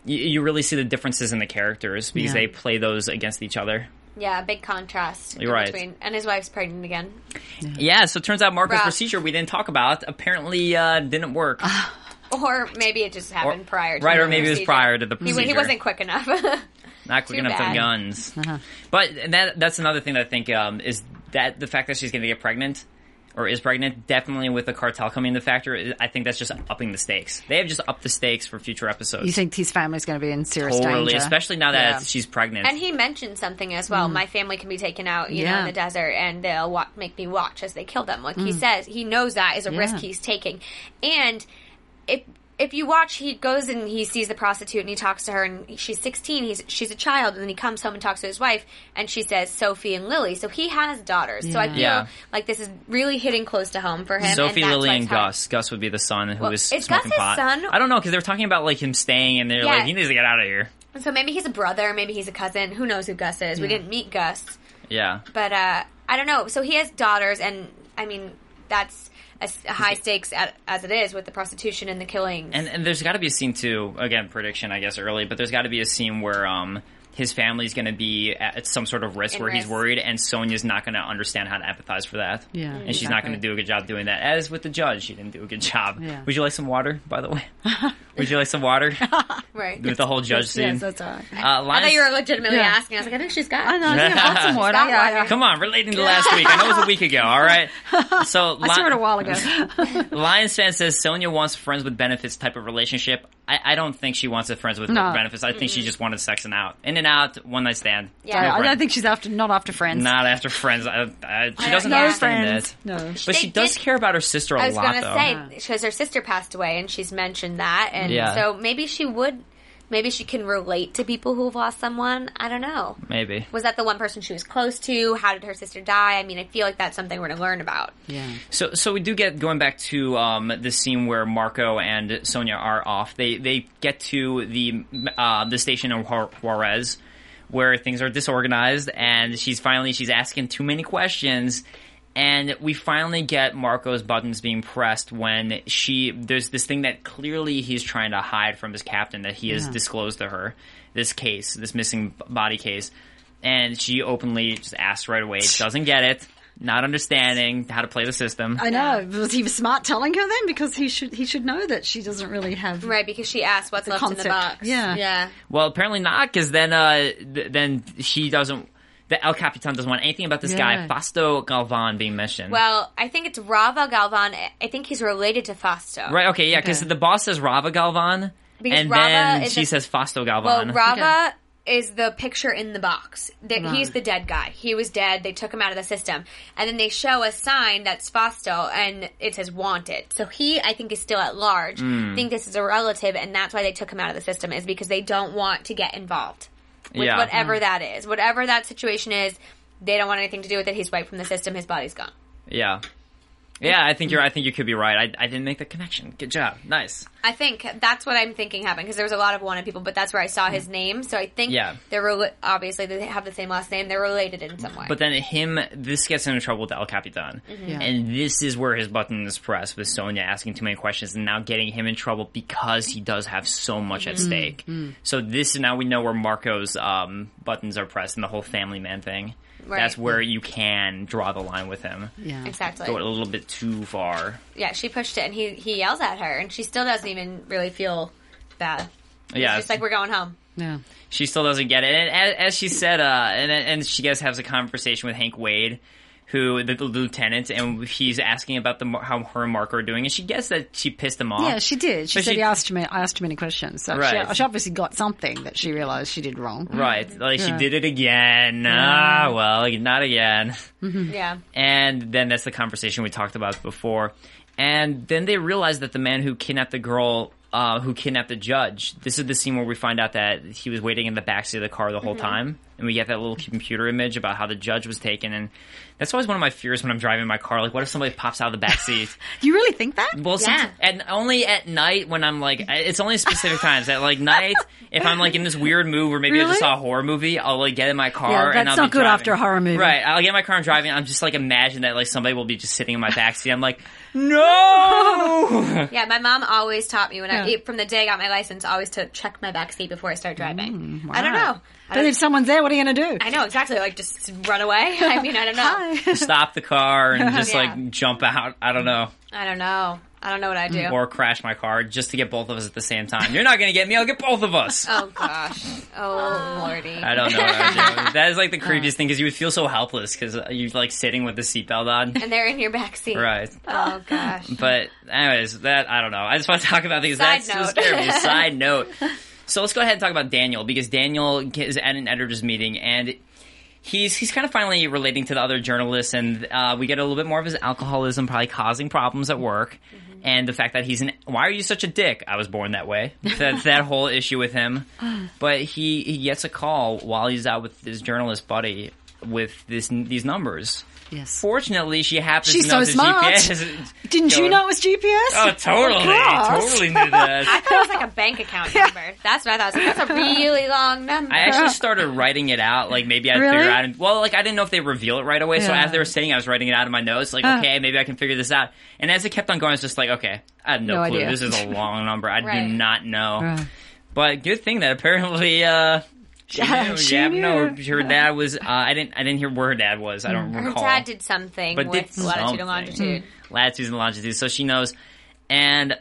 S2: you, you really see the differences in the characters because
S3: Yeah.
S2: they play those against each other.
S4: Yeah, big contrast. in
S2: You're right.
S4: Between, and his wife's pregnant again.
S2: Yeah, so it turns out Marco's
S4: Rough.
S2: procedure we didn't talk about apparently uh, didn't work.
S3: Ah,
S4: Or maybe it just happened prior to
S2: right,
S4: the
S2: or maybe it was
S4: procedure.
S2: prior to the
S4: He, wa- he
S2: procedure.
S4: wasn't quick enough.
S2: not quick
S4: Too
S2: enough to
S4: bad.
S2: guns.
S3: Uh-huh.
S2: But that that's another thing that I think um, is that the fact that she's going to get pregnant or is pregnant definitely with the cartel coming into factor. I think that's just upping the stakes. They have just upped the stakes for future episodes.
S3: You think his family's going to be in serious
S2: totally,
S3: danger,
S2: especially now that
S3: Yeah.
S2: she's pregnant.
S4: and he mentioned something as
S2: Mm.
S4: well. My family can be taken out, you know, in
S3: Yeah.
S4: the desert, and they'll wa- make me watch as they kill them. Like
S2: Mm.
S4: he says, he knows that is a risk
S3: Yeah.
S4: he's taking. And if if you watch, he goes and he sees the prostitute and he talks to her, and she's sixteen. He's she's a child, and then he comes home and talks to his wife, and she says Sophie and Lily. So he has daughters. So I
S3: Yeah.
S4: feel
S2: Yeah.
S4: like this is really hitting close to home for him.
S2: Sophie,
S4: and that's
S2: Lily,
S4: why
S2: and
S4: it's hard.
S2: Gus. Gus would be the son who
S4: Well,
S2: was
S4: is Gus
S2: smoking
S4: his
S2: pot.
S4: son?
S2: I don't know because they were talking about like him staying, and they're
S4: Yeah.
S2: like, he needs to get out of here.
S4: So maybe he's a brother, maybe he's a cousin. Who knows who Gus is? We didn't meet Gus,
S2: Yeah,
S4: but uh, I don't know. So he has daughters, and I mean that's a, s- a high stakes at, as it is with the prostitution and the killing.
S2: And, and there's got to be a scene too. Again, prediction, I guess, early, but there's got to be a scene where um his family's going to be at at some sort of risk
S4: In
S2: where he's
S4: risk.
S2: worried, and Sonya's not going to understand how to empathize for that.
S3: Yeah,
S2: and she's not
S3: exactly.
S2: going to do a good job doing that. As with the judge, she didn't do a good job.
S3: Yeah.
S2: Would you like some water, by the way? Would you like some water
S4: right?
S2: with the whole judge scene?
S3: Yes, that's all right.
S2: uh,
S4: I thought
S2: Linus-
S4: you were legitimately
S3: Yeah.
S4: asking. I was like, I think she's got.
S3: I know. I think I want some water.
S4: Stop
S3: Yeah,
S4: watching.
S2: Come on, relating to last week. I know it was a week ago. All right. So
S3: I saw it a while ago.
S2: Lions fan says Sonia wants friends with benefits type of relationship. I, I don't think she wants a friends with
S3: No.
S2: benefits. I think she just wanted sex and out, in and out, one night stand.
S4: Yeah.
S3: I
S2: friends.
S3: don't think she's after not after friends.
S2: Not after friends. I, I, she doesn't
S4: No
S2: understand
S3: friends.
S2: that.
S3: No.
S2: But
S4: They
S2: she does
S4: did-
S2: care about her sister a
S4: I was
S2: lot,
S4: gonna
S2: though.
S4: say because her sister passed away, and she's mentioned that, and
S2: Yeah.
S4: so maybe she would. Maybe she can relate to people who've lost someone. I don't know.
S2: Maybe.
S4: Was that the one person she was close to? How did her sister die? I mean, I feel like that's something we're going to learn about.
S3: Yeah.
S2: So, so we do get going back to um, the scene where Marco and Sonia are off. They they get to the uh, the station in Juar- Juarez, where things are disorganized, and she's finally she's asking too many questions, and we finally get Marco's buttons being pressed when she there's this thing that clearly he's trying to hide from his captain that he has disclosed to her this case, this missing body case, and she openly just asks right away, doesn't get it, not understanding how to play the system.
S3: I know. Was he smart telling her then? Because he should he should know that she doesn't really have.
S4: Right, because she asked what's left in the
S3: concept.
S4: box.
S3: Yeah.
S4: Yeah.
S2: Well, apparently not, because then uh, th- then she doesn't. The El Capitan doesn't want anything about this
S3: Yeah.
S2: guy, Fausto Galvan, being mentioned.
S4: Well, I think it's Rava Galvan. I- I think he's related to Fausto.
S2: right? Okay, yeah, because
S3: Okay.
S2: the boss says Rava Galvan,
S4: Because
S2: and
S4: Rava
S2: then
S4: is
S2: she
S4: a-
S2: says Fausto
S4: Well,
S2: Galvan.
S4: Rava is the picture in the box. That He's the dead guy. He was dead. They took him out of the system, and then they show a sign that's Fausto, and it says wanted. So he, I think, is still at large.
S2: Hmm.
S4: I think this is a relative, and that's why they took him out of the system is because they don't want to get involved with
S2: Yeah.
S4: whatever that is, whatever that situation is. They don't want anything to do with it. He's wiped from the system. His body's gone.
S2: yeah, yeah. I think you're. I think you could be right. I, I didn't make the connection. Good job. Nice.
S4: I think that's what I'm thinking happened because there was a lot of wanted people, but that's where I saw his name. So I think
S2: Mm. Yeah.
S4: they're rela- obviously they have the same last name. They're related in some way.
S2: But then him, this gets him in trouble with El Capitan,
S4: Mm-hmm.
S3: Yeah.
S2: and this is where his button is pressed with Sonya asking too many questions and now getting him in trouble because he does have so much
S4: Mm-hmm.
S2: at stake. So this now we know where Marco's um, buttons are pressed and the whole family man thing.
S4: Right.
S2: That's where you can draw the line with him.
S3: Yeah.
S4: exactly.
S2: Go a little bit too far.
S4: Yeah, she pushed it, and he he yells at her, and she still doesn't even really feel bad.
S2: Yeah,
S4: It's just like we're going home.
S3: Yeah.
S2: she still doesn't get it. And as, as she said, uh, and and she guys has a conversation with Hank Wade, who the, the lieutenant, and he's asking about the mar- how her and Marco are doing, and she gets that she pissed him off.
S3: Yeah, she did. She
S2: But
S3: said
S2: she-
S3: he asked too many, I asked too many questions. So
S2: Right.
S3: she, she obviously got something that she realized she did wrong.
S2: Right, like she
S3: Yeah.
S2: did it again. Ah, well, not again.
S3: Hmm.
S4: Yeah,
S2: And then that's the conversation we talked about before. And then they realize that the man who kidnapped the girl, uh, who kidnapped the judge, this is the scene where we find out that he was waiting in the backseat of the car the whole
S3: Mm-hmm.
S2: time. And we get that little computer image about how the judge was taken. And that's always one of my fears when I'm driving my car. Like, what if somebody pops out of the backseat?
S3: You really think that?
S2: Well,
S4: Yeah.
S2: some, and only at night when I'm like, I- it's only specific times. At like night, if I'm like in this weird mood or maybe I just
S3: Really?
S2: saw a horror movie, I'll like get in my car.
S3: Yeah,
S2: and
S3: that's
S2: I'll
S3: not
S2: be
S3: good
S2: driving.
S3: after a horror movie.
S2: right? I'll get in my car and driving. I'm just like imagine that like somebody will be just sitting in my backseat. I'm like, no.
S4: yeah. My mom always taught me when I
S3: Yeah.
S4: from the day I got my license, always to check my back seat before I start driving. I don't know. I,
S3: Mm, But
S4: don't,
S3: if someone's there, what are you going to do?
S4: I know exactly. Like just run away. I mean, I don't know.
S2: Stop the car and just
S4: Yeah.
S2: like jump out. I don't know,
S4: I don't know. I don't know what I do.
S2: or crash my car just to get both of us at the same time. You're not gonna get me. I'll get both of us.
S4: Oh gosh. Oh lordy.
S2: I don't know. what I do. That is like the creepiest thing because you would feel so helpless because you're like sitting with the seatbelt on.
S4: And they're in your back seat.
S2: Right.
S4: Oh gosh.
S2: But anyways, that I don't know. I just want to talk about these.
S4: Side
S2: That's just
S4: note.
S2: terrible. Side note. So let's go ahead and talk about Daniel because Daniel is at an editors meeting and he's he's kind of finally relating to the other journalists and uh, we get a little bit more of his alcoholism probably causing problems at work
S3: Mm-hmm.
S2: and the fact that he's an why are you such a dick I was born that way that's that whole issue with him but he he gets a call while he's out with his journalist buddy with this these numbers.
S3: Yes.
S2: Fortunately, she happens
S3: She's
S2: to know the
S3: so smart.
S2: GPS.
S3: Didn't you
S2: Going-
S3: know it was GPS?
S2: Oh, totally.
S3: course.
S2: Totally knew that.
S4: That was like a bank account number. That's what I thought. I was like, That's a really long number.
S2: I actually started writing it out. Like maybe I'd
S3: Really?
S2: figure out. Well, like I didn't know if they reveal it right away. So
S3: Yeah.
S2: as they were saying, I was writing it out in my notes. Like, okay, maybe I can figure this out. And as it kept on going, I was just like, okay, I had no,
S3: No
S2: clue.
S3: idea.
S2: This is a long number. I
S4: Right.
S2: do not know.
S3: Right.
S2: But good thing that apparently. uh she knew.
S3: she
S2: yeah,
S3: knew.
S2: no, her dad was. Uh, I didn't. I didn't hear where her dad was. I
S3: Mm.
S2: don't
S4: Her
S2: recall.
S4: dad did something
S2: But did
S4: with latitude
S2: something. Mm.
S4: and longitude.
S2: latitudes and longitudes, so she knows. And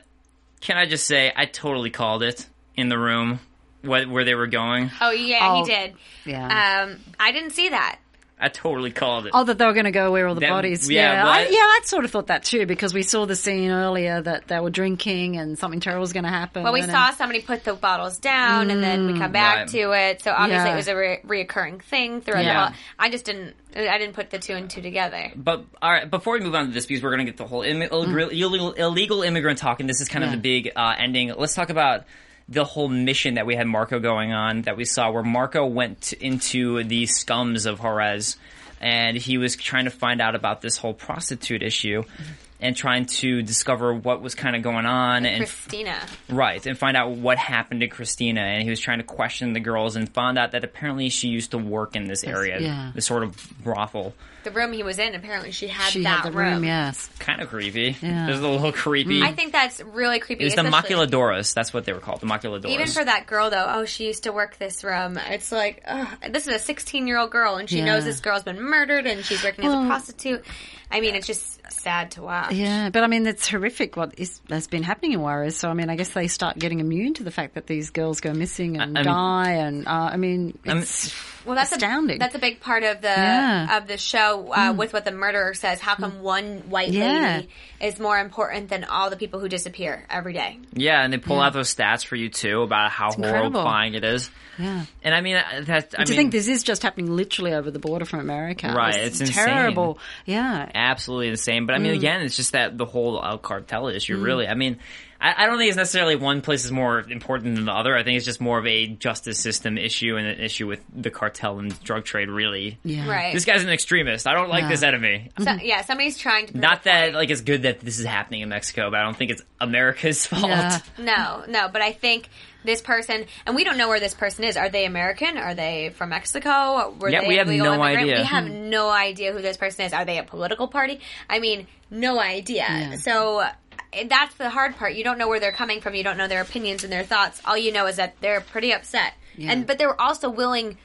S2: can I just say, I totally called it in the room what, where they were going.
S4: Oh yeah,
S3: Oh,
S4: he did.
S3: Yeah.
S4: Um, I didn't see that.
S2: I totally called it.
S3: Oh, that they were going to go where all the
S2: That-
S3: bodies.
S2: yeah,
S3: Yeah,
S2: well,
S3: I,
S2: I-
S3: yeah, I sort of thought that too because we saw the scene earlier that they were drinking and something terrible was going to happen.
S4: Well, we
S3: and-
S4: saw somebody put the bottles down, and then we come back
S2: right.
S4: to it. So
S3: Mm.
S4: obviously,
S3: Yeah.
S4: it was a re- reoccurring thing throughout
S2: Yeah.
S4: the whole. I just didn't. I didn't put the two and two together.
S2: But all right, before we move on to this, because we're going to get the whole Im- illegal, illegal immigrant talk, and this is kind of
S3: Mm. Yeah.
S2: the big uh, ending. Let's talk about the whole mission that we had Marco going on that we saw, where Marco went into the scums of Jerez, and he was trying to find out about this whole prostitute issue. and trying to discover what was kind of going on and
S4: Christina.
S2: Right, and find out what happened to Christina. And he was trying to question the girls and found out that apparently she used to work in this area,
S3: yeah.
S2: this sort of brothel.
S4: The room he was in, apparently she had
S3: She
S4: that
S3: had the room, yes.
S2: Kind of creepy.
S3: Yeah.
S2: It was a little creepy.
S4: Mm. I think that's really creepy.
S2: it was the
S4: especially-
S2: Maculadoras. That's what they were called, the Maculadoras.
S4: Even for that girl, though, oh, she used to work this room. It's like, ugh, this is a 16 year old girl, and she
S3: Yeah.
S4: knows this girl's been murdered, and she's working as
S3: Well-
S4: a prostitute. I mean, it's just sad to watch.
S3: Yeah, but I mean, it's horrific what is, has been happening in Juarez. So, I mean, I guess they start getting immune to the fact that these girls go missing and
S2: I- I mean-
S3: die. and, uh, I mean, it's
S4: Well, that's
S3: astounding.
S4: A, that's a big part of the
S3: Yeah. Mm.
S4: of the show uh, with what the murderer says. How come one white
S3: Yeah.
S4: lady is more important than all the people who disappear every day?
S2: yeah, and they pull out those stats for you too about how
S3: incredible.
S2: horrifying it is.
S3: yeah.
S2: And I mean, I- that's, I
S3: Do you
S2: mean,
S3: think this is just happening literally over the border from America?
S2: Right,
S3: It's,
S2: it's insane.
S3: terrible. Yeah.
S2: absolutely the same. But I mean, again, it's just that the whole El Cartel issue, really. I mean, I, I don't think it's necessarily one place is more important than the other. I think it's just more of a justice system issue and an issue with the cartel and drug trade, really.
S3: Yeah.
S4: Right.
S2: This guy's an extremist. I don't like this enemy.
S4: So,
S3: Mm-hmm.
S4: yeah, somebody's trying to. prove a
S2: Not that
S4: point.
S2: like it's good that this is happening in Mexico, but I don't think it's America's fault.
S3: Yeah.
S4: No, no, but I think this person, and we don't know where this person is. Are they American? Are they from Mexico? Were
S2: Yeah,
S4: they
S2: we
S4: a
S2: have
S4: legal
S2: no
S4: immigrant?
S2: idea.
S4: We have no idea who this person is. Are they a political party? I mean, no idea. So uh, that's the hard part. You don't know where they're coming from. You don't know their opinions and their thoughts. All you know is that they're pretty upset,
S3: Yeah.
S4: and but they were also willing.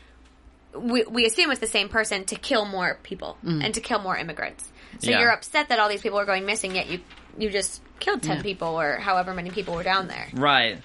S4: We, we assume it's the same person to kill more people
S3: Mm.
S4: and to kill more immigrants. So
S2: Yeah.
S4: you're upset that all these people are going missing, yet you you just killed ten
S3: Yeah.
S4: people or however many people were down there.
S2: Right.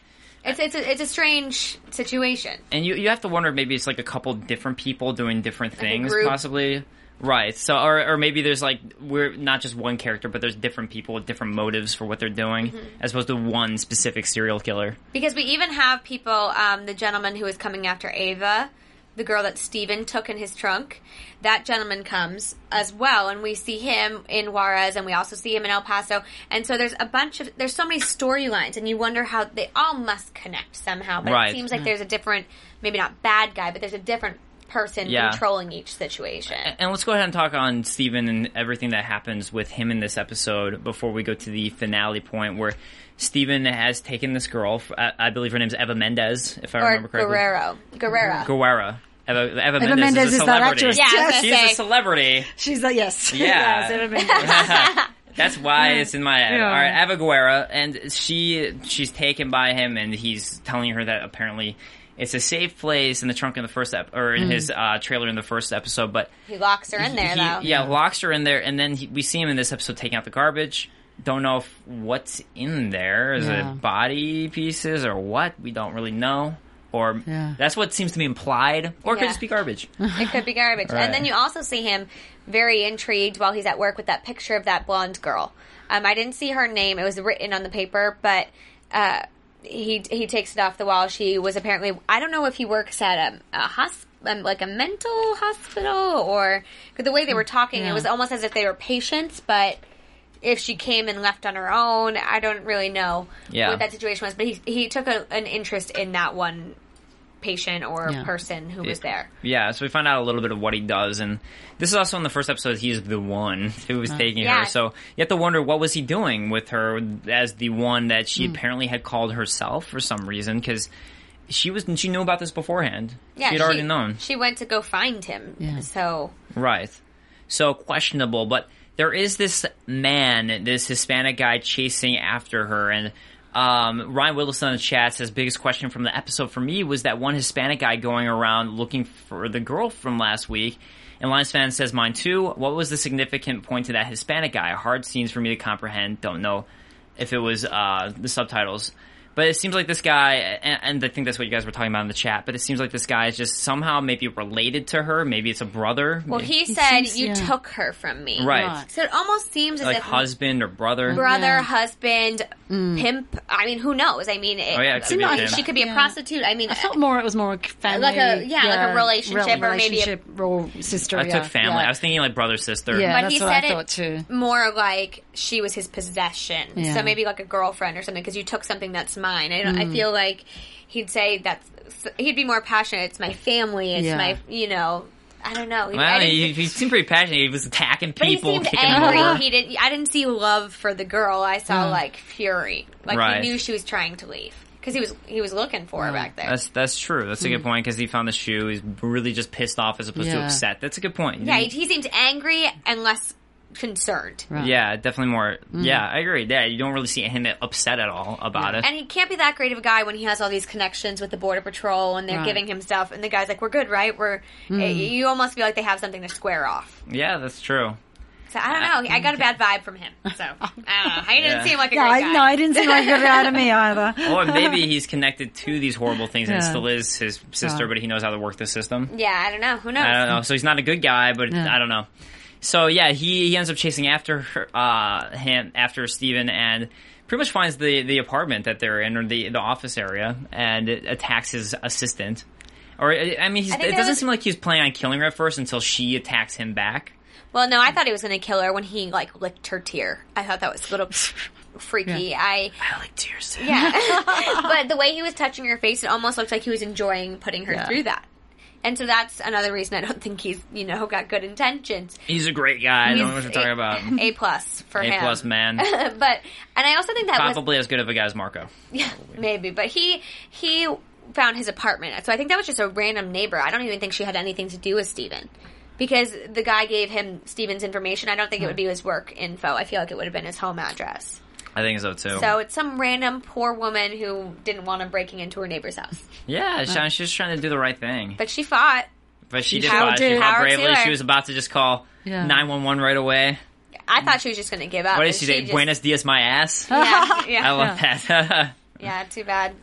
S4: It's it's a, it's a strange situation.
S2: And you, you have to wonder maybe it's like a couple different people doing different things,
S4: group.
S2: possibly. Right. So, or, or maybe there's like, we're not just one character, but there's different people with different motives for what they're doing,
S4: Mm-hmm.
S2: as opposed to one specific serial killer.
S4: Because we even have people, um, the gentleman who is coming after Ava, the girl that Steven took in his trunk, that gentleman comes as well, and we see him in Juarez, and we also see him in El Paso. And so there's a bunch of, there's so many storylines, and you wonder how they all must connect somehow. But
S2: Right.
S4: it seems like there's a different, maybe not bad guy, but there's a different person
S2: Yeah.
S4: controlling each situation.
S2: And let's go ahead and talk on Steven and everything that happens with him in this episode before we go to the finale point where Steven has taken this girl. I, I believe her name's Eva Mendez, if I
S4: Or
S2: remember correctly.
S4: Guerrero. Guerrero.
S2: Guerrera. Eva, Eva, Mendez,
S3: Mendes
S2: is a
S3: is that
S2: celebrity.
S3: actress.
S4: Yeah, I was gonna
S2: She's
S4: say.
S2: a celebrity.
S3: She's like, yes.
S2: Yeah.
S3: Yes, it'll be-
S2: That's why it's in my head.
S3: Yeah.
S2: All right, Eva Guerra, and she she's taken by him, and he's telling her that apparently it's a safe place in the trunk in the first ep- or
S3: Mm.
S2: in his uh, trailer in the first episode, but
S4: He locks her in there,
S2: he,
S4: though.
S2: yeah, locks her in there, and then he, we see him in this episode taking out the garbage. Don't know if what's in there. Is
S3: Yeah.
S2: it body pieces or what? We don't really know. Or
S3: Yeah.
S2: that's what seems to be implied. Or it could
S4: Yeah.
S2: just be garbage.
S4: It could be garbage.
S2: Right.
S4: And then you also see him very intrigued while he's at work with that picture of that blonde girl. Um, I didn't see her name; it was written on the paper, but uh, he he takes it off the wall. She was apparently I don't know if he works at a, a hospital. Um, like a mental hospital, or 'cause the way they were talking,
S3: Yeah.
S4: it was almost as if they were patients. But if she came and left on her own, I don't really know
S2: Yeah.
S4: what that situation was. But he he took a, an interest in that one patient or
S3: Yeah.
S4: person who was there.
S2: Yeah, so we find out a little bit of what he does, and this is also in the first episode. He's the one who was taking her,
S4: Yeah.
S2: so you have to wonder what was he doing with her as the one that she
S4: Hmm.
S2: apparently had called herself for some reason because she was she knew about this beforehand. she had already known,
S4: She went to go find him.
S3: Yeah.
S4: So
S2: right? So questionable, but there is this man, this Hispanic guy chasing after her, and. Um, Ryan Wilson in the chat says biggest question from the episode for me was that one Hispanic guy going around looking for the girl from last week. And Lions fan says mine too. What was the significant point to that Hispanic guy? Hard scenes for me to comprehend. Don't know if it was uh, the subtitles. But it seems like this guy, and, and I think that's what you guys were talking about in the chat. But it seems like this guy is just somehow maybe related to her. Maybe it's a brother.
S4: well,
S2: maybe-
S4: he, said
S3: seems-
S4: you
S3: yeah.
S4: took her from me.
S2: right,
S3: Right.
S4: So it almost seems as
S2: like
S4: if
S2: husband or brother.
S4: brother,
S3: Yeah. Mm.
S4: husband, pimp. I mean, who knows? I mean, it,
S2: Oh, yeah, it could be
S4: I
S2: a
S4: mean,
S2: pimp.
S4: she could be
S3: Yeah.
S4: a prostitute. I mean,
S3: I felt more it was more a family.
S4: Like a- yeah, like a relationship or maybe a-
S3: relationship or sister.
S2: I
S3: yeah,
S2: took family.
S3: yeah.
S2: I was thinking like brother sister.
S3: Yeah.
S4: but
S3: that's
S4: he
S3: what I
S4: said
S3: thought
S4: it
S3: too.
S4: more like she was his possession.
S3: Yeah. Mm.
S4: So maybe like a girlfriend or something because you took something that's mine. I don't. I feel like he'd say that's. He'd be more passionate. It's my family. It's
S3: Yeah.
S4: my you know. I don't know.
S2: Well,
S4: I didn't
S2: he,
S4: see-
S2: he seemed pretty passionate. He was attacking
S4: but he
S2: people,
S4: seemed
S2: kicking them
S4: angry.
S2: over.
S4: He didn't. I didn't see love for the girl. I saw
S3: Hmm.
S4: like fury. Like
S2: Right.
S4: he knew she was trying to leave because he was he was looking for
S3: Hmm.
S4: her back there.
S2: That's that's true. That's
S3: Mm.
S2: a good point because he found the shoe. He's really just pissed off as opposed to
S5: Yeah.
S2: upset. That's a good point.
S4: yeah, he, he seemed angry and less concerned.
S5: Right.
S2: Yeah, definitely more.
S3: Mm.
S2: Yeah, I agree. Yeah, you don't really see him upset at all about it.
S4: And he can't be that great of a guy when he has all these connections with the border patrol and they're
S5: Right.
S4: giving him stuff. And the guy's like, "We're good, right? We're."
S3: Hmm.
S4: eh, You almost feel like they have something to square off.
S2: yeah, that's true.
S4: So I don't know. I got a bad vibe from him. So I don't know. I didn't
S2: Yeah.
S4: seem like a
S3: Yeah,
S4: great
S3: I,
S4: guy.
S3: no, I didn't seem like it out of me either.
S2: Or maybe he's connected to these horrible things and it
S5: Yeah.
S2: still is his sister, but he knows how to work the system.
S4: Yeah, I don't know. Who knows?
S2: I don't know. So he's not a good guy, but
S5: Yeah.
S2: I don't know. So yeah, he, he ends up chasing after her, uh, him after Steven and pretty much finds the, the apartment that they're in or the, the office area and it attacks his assistant. Or I I mean, he's,
S4: I think
S2: it
S4: that
S2: doesn't
S4: was-
S2: seem like he's planning on killing her at first until she attacks him back.
S4: Well, no, I thought he was going to kill her when he like licked her tear. I thought that was a little freaky. I
S2: I like tears. Too.
S4: yeah, but the way he was touching her face, it almost looked like he was enjoying putting her through that. And so that's another reason I don't think he's you know got good intentions.
S2: He's a great guy. I don't know what
S4: He's
S2: you're talking
S4: a-
S2: about.
S4: A plus for him.
S2: A plus man.
S4: but and I also think that was
S2: Probably as good of a guy as Marco.
S4: Yeah, maybe. But he he found his apartment, so I think that was just a random neighbor. I don't even think she had anything to do with Steven. Because the guy gave him Steven's information. I don't think it would be his work info. I feel like it would have been his home address.
S2: I think so too.
S4: So it's some random poor woman who didn't want him breaking into her neighbor's house.
S2: yeah, Sean, she's trying to do the right thing.
S4: But she fought.
S2: But
S5: She
S2: she did
S5: power
S2: fought. She
S5: to-
S2: fought
S4: power to
S2: bravely.
S4: her.
S2: She was about to just call
S5: Yeah.
S2: 911 right away.
S4: I thought she was just going to give up.
S2: What did
S4: and
S2: she say?
S4: just-
S2: Buenos dias, my ass.
S4: Yeah,
S2: I
S4: Oh, yeah,
S2: love that.
S4: yeah, too bad.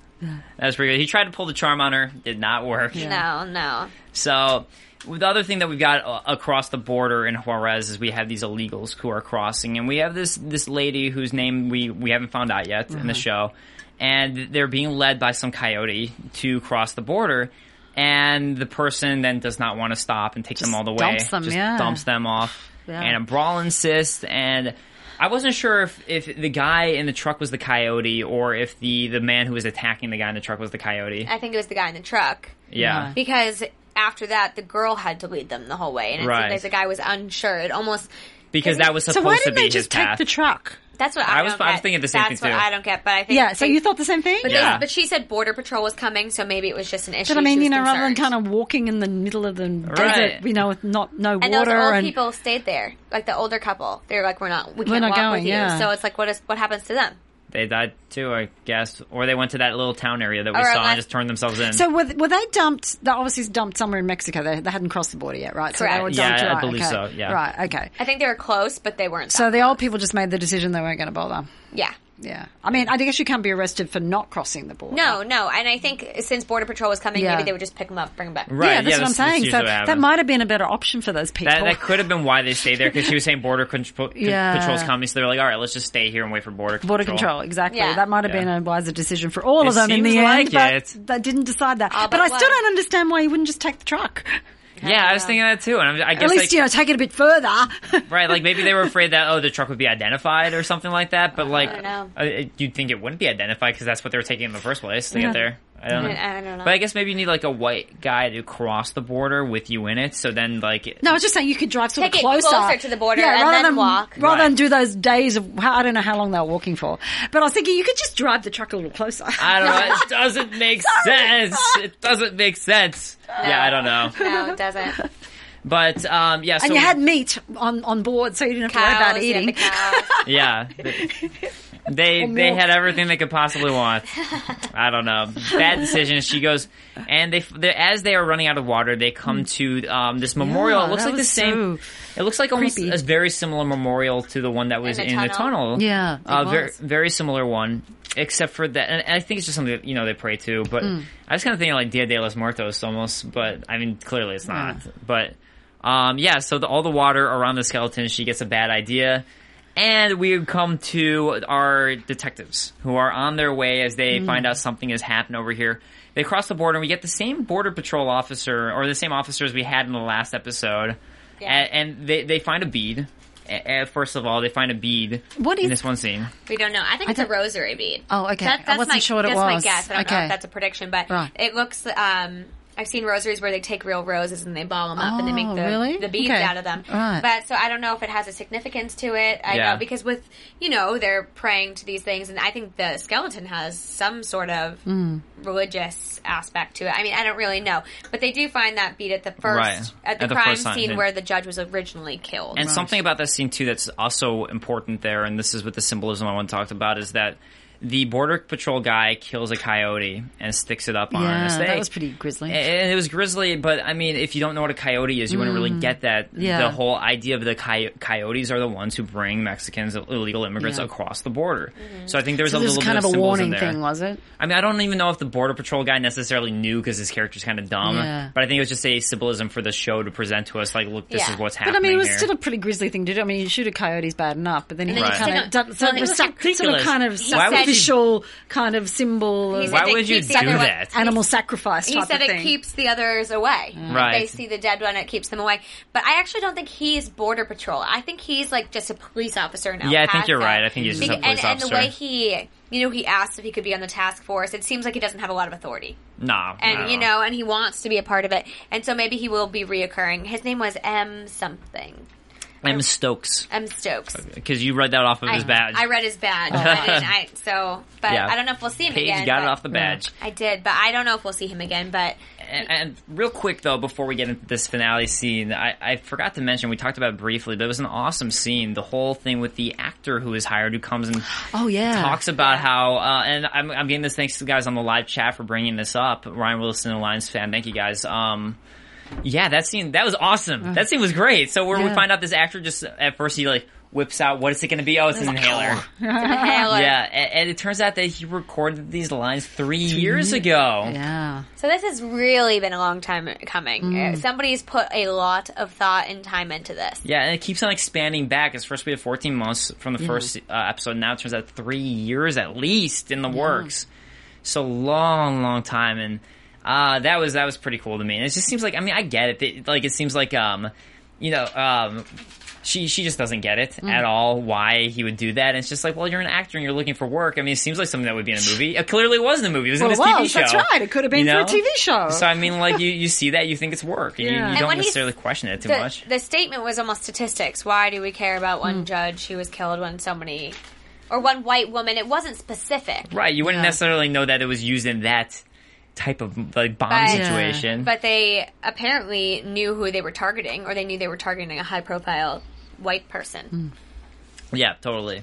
S2: That's pretty good. He tried to pull the charm on her. Did not work.
S4: No, no.
S2: So the other thing that we've got uh, across the border in Juarez is we have these illegals who are crossing, and we have this this lady whose name we we haven't found out yet
S5: Mm-hmm.
S2: in the show, and they're being led by some coyote to cross the border. And the person then does not want to stop and take them all the way.
S5: dumps them,
S2: just
S5: yeah.
S2: dumps them off.
S5: Yeah.
S2: And a brawl insists. And I wasn't sure if, if the guy in the truck was the coyote or if the, the man who was attacking the guy in the truck was the
S5: Uh,
S2: coyote.
S4: I think it was the guy in the truck.
S2: yeah.
S4: because after that the girl had to lead them the whole way and it
S2: Right.
S4: seemed like the guy was unsure it almost
S2: Because that was
S5: So why
S2: supposed to
S5: didn't
S2: be
S5: they
S2: his
S5: just take
S2: path.
S5: the truck?
S4: that's what i,
S2: I was-
S4: don't
S2: I was
S4: get.
S2: thinking the same
S4: that's
S2: thing, too.
S4: what i don't get but i think
S5: Yeah. So
S4: they-
S5: you thought the same thing?
S4: but,
S2: Yeah.
S4: they, but she said border patrol was coming so maybe it was just an issue
S5: But I mean,
S4: She
S5: you
S4: was
S5: know, rather than
S4: concerned.
S5: kind of walking in the middle of the
S2: Right.
S5: desert, you know, with not no
S4: and those
S5: water
S4: old
S5: and
S4: people stayed there like the older couple they're like we're not we can't
S5: not
S4: walk
S5: going,
S4: with you
S5: yeah.
S4: so it's like what is what happens to them
S2: They died too, I guess, or they went to that little town area that we
S4: Or
S2: saw
S4: unless-
S2: and just turned themselves in.
S3: So were, were they dumped? They obviously dumped somewhere in Mexico. They, they hadn't crossed the border yet, right? So they
S4: Correct.
S3: were
S2: Yeah,
S3: dumped,
S2: I
S3: right,
S2: believe
S3: okay.
S2: so, yeah.
S3: Right. Okay.
S4: i think they were close but they weren't
S3: So
S4: that
S3: the old people just made the decision they weren't going to bother.
S4: yeah
S3: Yeah. I mean, I guess you can't be arrested for not crossing the border.
S4: no no and i think since border patrol was coming
S3: Yeah.
S4: maybe they would just pick them up bring them back
S2: Right,
S3: Yeah, that's
S2: yeah,
S3: what I'm
S2: that's- that's
S3: saying.
S2: usually
S3: So
S2: what
S3: that
S2: happens.
S3: might have been a better option for those people.
S2: that, that could have been why they stayed there because she was saying border control,
S3: Yeah.
S2: patrol's coming, so they're like, all right, let's just stay here and wait for border control.
S3: Border control, exactly.
S4: Yeah.
S3: That might have
S2: Yeah.
S3: been a wiser decision for all
S2: It
S3: of them in
S2: seems
S3: the
S2: like
S3: end, but
S2: it.
S3: they didn't decide that.
S4: Ah,
S3: but
S4: but
S3: I still
S4: why?
S3: don't understand why you wouldn't just take the truck.
S2: Yeah, I was thinking that too, and I'm- I
S3: At
S2: guess
S3: least
S2: like,
S3: you know, take it a bit further.
S2: right, like maybe they were afraid that oh, the truck would be identified or something like that, but like
S4: don't know.
S2: uh, it- you'd think it wouldn't be identified because that's what they were taking in the first place to get there. I don't know.
S4: I- I don't know.
S2: But I guess maybe you need like a white guy to cross the border with you in it, so then like
S3: No, I was just saying you could drive sort
S4: Take
S3: of
S4: it
S3: closer.
S4: closer to the border
S3: yeah,
S4: and
S3: rather
S4: then
S3: than,
S4: walk.
S3: rather
S2: Right.
S3: than do those days of how, I don't know how long they were walking for. But I was thinking you could just drive the truck a little closer.
S2: I don't know. It doesn't make sense. It doesn't make sense. Yeah, I don't know.
S4: no it doesn't
S2: But um, yeah, so
S3: and you had meat on, on board, so you didn't have to worry
S4: cows,
S3: about
S4: yeah, the
S3: eating.
S4: cows.
S2: yeah, they they had everything they could possibly want. I don't know. Bad decisions. She goes, and they, they as they are running out of water, they come to um, this memorial.
S5: Mm. Yeah,
S2: it looks
S5: that
S2: like the
S5: was
S2: same.
S5: so
S2: it looks like almost
S5: creepy.
S2: a very similar memorial to the one that was
S4: the
S2: in the
S4: tunnel.
S2: tunnel.
S5: Yeah, it
S2: uh, very
S5: was.
S2: very similar one. Except for that, and I think it's just something that, you know they pray to. But
S5: Mm.
S2: I was kind of thinking like Dia de los Muertos almost, but I mean clearly it's not. But um, yeah, so the, all the water around the skeleton, she gets a bad idea, and we come to our detectives who are on their way as they
S3: Mm-hmm.
S2: find out something has happened over here. They cross the border, and we get the same border patrol officer or the same officers we had in the last episode,
S4: Yeah.
S2: A- and, they they find a bead. A- a- First of all, they find a bead
S5: What
S2: in
S5: is-
S2: this one scene.
S4: We don't know. I think it's a
S5: don't-
S4: rosary bead.
S5: Oh, okay. I wasn't
S4: my,
S5: sure what it
S4: that's my
S5: was.
S4: guess. I don't know
S5: Okay.
S4: if that's a prediction, but
S5: Right.
S4: it looks um, I've seen rosaries where they take real roses and they ball them up and they make
S3: Oh,
S4: the,
S3: really?
S4: the beads
S3: Okay.
S4: out of them.
S3: Right.
S4: But so I don't know if it has a significance to it. I
S2: Yeah.
S4: know because with you know they're praying to these things, and I think the skeleton has some sort of
S5: Hmm.
S4: religious aspect to it. I mean, I don't really know, but they do find that bead at the first
S2: Right.
S4: at the
S2: At the
S4: crime
S2: first time,
S4: scene
S2: yeah.
S4: where the judge was originally killed.
S2: And something about that scene too that's also important there, and this is what the symbolism I want to talk about is that the border patrol guy kills a coyote and sticks it up on
S3: Yeah,
S2: a stake.
S3: that was pretty grisly.
S2: And it was grisly, but I mean, if you don't know what a coyote is, you wouldn't really get that.
S3: Mm-hmm. Yeah.
S2: The whole idea of the coy- coyotes are the ones who bring Mexicans, illegal immigrants,
S3: Yeah.
S2: across the border.
S4: Mm-hmm.
S2: So I think there's
S3: So
S2: a
S3: this
S2: little
S3: is kind
S2: bit
S3: of
S2: of,
S3: a
S2: symbolism
S3: warning
S2: there.
S3: thing, was it?
S2: I mean, I don't even know if the border patrol guy necessarily knew because his character's kind of dumb.
S3: Yeah.
S2: But I think it was just a symbolism for the show to present to us, like, look, this
S4: Yeah.
S2: is what's
S3: But
S2: happening.
S3: I mean, it was
S2: here.
S3: still a pretty grisly thing to do. I mean, you shoot a coyote's bad enough, but then he
S4: then
S2: you
S3: kind
S4: stick
S3: of
S4: a-
S3: done, so
S4: well,
S3: it
S4: it
S3: was
S4: was
S3: sac- sort of
S2: ridiculous.
S3: kind of
S2: He said-
S3: sacrificial kind of symbol of
S4: He said
S2: Why
S4: it
S2: would you
S4: keeps
S2: do
S4: the other one-
S2: that?
S3: animal sacrifice.
S4: He
S3: type
S4: said
S3: of
S4: it
S3: thing. Mm.
S4: keeps the others away.
S2: Right.
S4: They see the dead one, it keeps them away. But I actually don't think he's border patrol. I think he's like just a police officer in El
S2: Yeah, I think you're
S4: Paso.
S2: right. I think he's just a
S4: Bec-
S2: police
S4: and, And
S2: officer.
S4: the way he, you know, he asked if he could be on the task force. It seems like he doesn't have a lot of authority,
S2: Nah. I
S4: and
S2: don't
S4: you know, and he wants to be a part of it. And so maybe he will be reoccurring. His name was M something.
S2: M. Stokes.
S4: M Stokes.
S2: Because you read that off of his badge.
S4: I, I read his badge. I didn't, I, so, but
S2: Yeah.
S4: I don't know if we'll see him
S2: Paige
S4: again.
S2: got it
S4: but-
S2: off the badge.
S4: I did, but I don't know if we'll see him again. But
S2: And, and real quick, though, before we get into this finale scene, I, I forgot to mention, we talked about it briefly, but it was an awesome scene. The whole thing with the actor who is hired, who comes and
S3: Oh yeah.
S2: talks about how, uh, and I'm, I'm getting this thanks to the guys on the live chat for bringing this up. Ryan Wilson, Alliance fan, thank you guys. Um, yeah, that scene, that was awesome. That scene was great. So where we
S3: Yeah.
S2: find out this actor just, at first he like, whips out, what is it going to be? Oh, it's an inhaler.
S4: Taylor.
S2: Yeah, a- and, it turns out that he recorded these lines three years ago.
S3: Yeah.
S4: So this has really been a long time coming. Uh, Somebody's put a lot of thought and time into this.
S2: Mm. Yeah, and it keeps on expanding back. It's first we had 14 months from
S3: Mm-hmm.
S2: the first uh, episode. Now it turns out three years at least in the works. So long, long time, and uh, that was that was pretty cool to me. And it just seems like I mean I get it. They- like it seems like um, you know um. She, she just doesn't get it
S3: Mm.
S2: at all why he would do that. And it's just like, well, you're an actor and you're looking for work. I mean, it seems like something that would be in a movie. It clearly was in the movie. It was in
S3: Oh, Well,
S2: this
S3: it
S2: TV
S3: was.
S2: show.
S3: That's right. It could have been for a TV show.
S2: So I mean, like you, you see that, you think it's work, and you- you,
S3: Yeah. And
S2: don't
S4: when he's-
S2: necessarily question it too
S4: The,
S2: much. Mm.
S4: the statement was almost statistics. Why do we care about one judge who was killed when so many, or one white woman? It wasn't specific,
S2: Right, you wouldn't
S3: Yeah.
S2: necessarily know that it was used in that type of like bomb
S4: But-
S2: situation.
S4: but they apparently knew who they were targeting, or they knew they were targeting a high-profile white
S2: Mm.
S4: person.
S2: yeah, totally.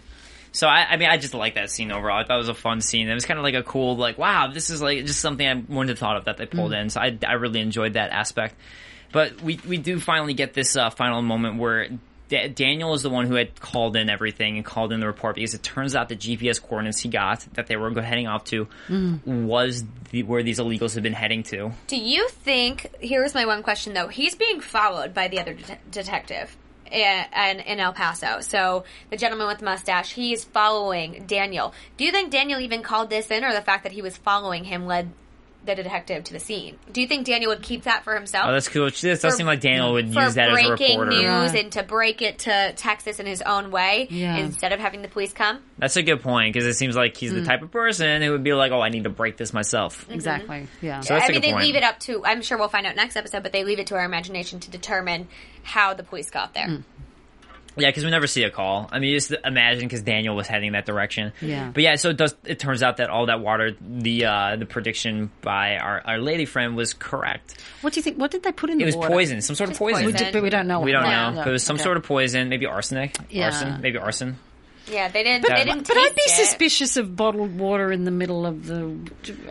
S2: So I, I mean, I just like that scene overall. I thought it was a fun scene. It was kind of like a cool, like, wow, this is like just something I wouldn't have thought of that they pulled in. So I, I really enjoyed that aspect. But we we do finally get this uh, final moment where. Da- Daniel is the one who had called in everything and called in the report because it turns out the GPS coordinates he got that they were heading off to was the, where these illegals had been heading to.
S4: Do you think? Here's my one question though. He's being followed by the other det- detective. i- In, in El Paso, so the gentleman with the mustache, he is following Daniel. Do you think Daniel even called this in, or the fact that he was following him led the detective to the scene? Do you think Daniel would keep that for himself?
S2: Oh, that's cool. It does seem like Daniel would
S4: for
S2: use that as a
S4: breaking
S2: reporter.
S4: news
S3: Right.
S4: and to break it to Texas in his own way
S3: Yeah.
S4: instead of having the police come.
S2: That's a good point because it seems like he's the type of person who would be like, "Oh, I need to break this myself."
S3: Exactly. Yeah.
S2: So that's a
S4: I mean,
S2: good
S4: they
S2: point.
S4: leave it up to. I'm sure we'll find out next episode, but they leave it to our imagination to determine how the police got there.
S2: Yeah, because we never see a call. I mean, just imagine because Daniel was heading that direction.
S3: Yeah.
S2: But yeah, so it does. It turns out that all that water, the uh, the prediction by our, our lady friend was correct.
S3: What do you think? What did they put in
S2: It
S3: the
S2: was
S3: water?
S2: poison, some sort of
S4: Just
S2: poison.
S3: We
S4: poison.
S3: do- but we don't know.
S2: We don't know.
S4: Yeah.
S2: But it was some
S3: Okay.
S2: sort of poison, maybe arsenic,
S3: Yeah.
S2: arson, maybe arson.
S4: Yeah, they didn't. they didn't.
S3: But I'd be
S4: taste it.
S3: suspicious of bottled water in the middle of the.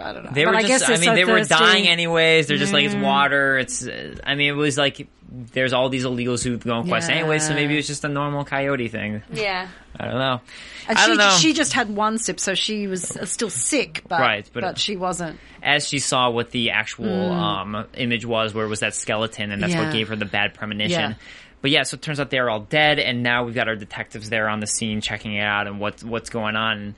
S3: I don't know.
S2: They
S3: But
S2: were
S3: I
S2: just.
S3: guess
S2: I
S3: they're
S2: mean,
S3: so
S2: they were
S3: thirsty.
S2: dying anyways. They're just like it's water. It's. uh, I mean, it was like there's all these illegals who go on quest
S3: Yeah.
S2: anyways. So maybe it's just a normal coyote thing.
S4: Yeah.
S2: I don't know.
S3: And
S2: I
S3: she,
S2: don't know.
S3: she just had one sip, so she was uh, still sick, but,
S2: Right, but-
S3: but, she wasn't.
S2: As she saw what the actual um, image was, where it was that skeleton, and that's
S3: Hmm. Yeah.
S2: what gave her the bad premonition.
S3: Yeah.
S2: But yeah, so it turns out they're all dead, and now we've got our detectives there on the scene checking it out and what's what's going on.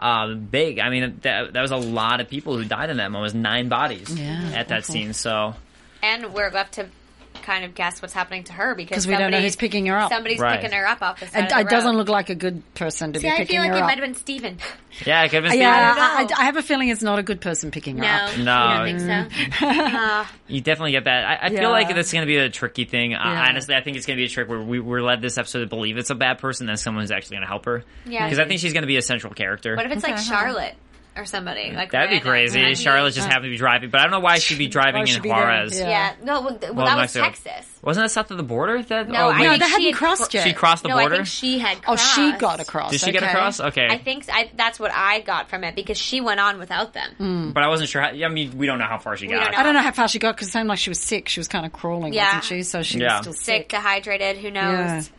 S2: Um, big. I mean, that, that was a lot of people who died in that moment. It was nine bodies
S3: Yeah,
S2: at that
S3: awful.
S2: scene. So
S4: and we're left to kind of guess what's happening to her because
S3: 'Cause we don't know
S4: somebody-
S3: who's picking her up.
S4: Somebody's
S2: Right.
S4: picking her up off the side. of
S3: It,
S4: the
S3: it doesn't
S4: road.
S3: look like a good person to
S4: See,
S3: be
S4: I
S3: picking
S4: feel like
S3: her
S4: it
S3: up.
S4: might have been Steven.
S2: Yeah, it could have been
S3: yeah,
S4: I
S3: I,
S4: don't know.
S3: I have a feeling it's not a good person picking her
S4: No,
S3: up.
S4: you
S2: No.
S4: don't think so. Uh,
S2: You definitely get that. I, I
S3: Yeah.
S2: feel like that's going to be a tricky thing. Uh,
S3: Yeah.
S2: Honestly, I think it's going to be a trick where we, we're led this episode to believe it's a bad person, then someone's actually going to help her.
S4: Yeah.
S2: Because I think she's going to be a central character.
S4: what if it's like Charlotte or somebody? Like
S2: That'd be
S4: Rihanna?
S2: crazy.
S4: I mean,
S2: Charlotte just happened to be driving, but I don't know why she'd be driving
S3: she'd
S2: in
S3: be there,
S2: Juarez.
S3: yeah.
S4: Yeah, no, well, th- well,
S2: Well,
S4: that was
S2: Mexico.
S4: Texas.
S2: Wasn't that south of the border? That
S4: No,
S2: oh,
S4: I
S2: wait,
S3: No,
S4: think
S3: they
S4: she
S3: hadn't
S4: had
S3: crossed
S4: cro-
S3: yet.
S2: she crossed the
S4: no,
S2: border.
S4: I think she had.
S3: Oh,
S4: Crossed.
S3: she got across.
S2: Did she get
S3: okay.
S2: across? Okay,
S4: I think I, that's what I got from it because she went on without them.
S3: Hmm.
S2: but I wasn't sure. How, I mean, we don't know how far she
S4: don't
S2: got.
S4: know.
S3: I don't know how far she got because it sounded like she was sick. She was kind of crawling,
S4: Yeah.
S3: wasn't she? So she
S2: Yeah.
S3: was still
S4: Sick,
S3: sick.
S4: dehydrated. Who
S3: Yeah.
S4: knows?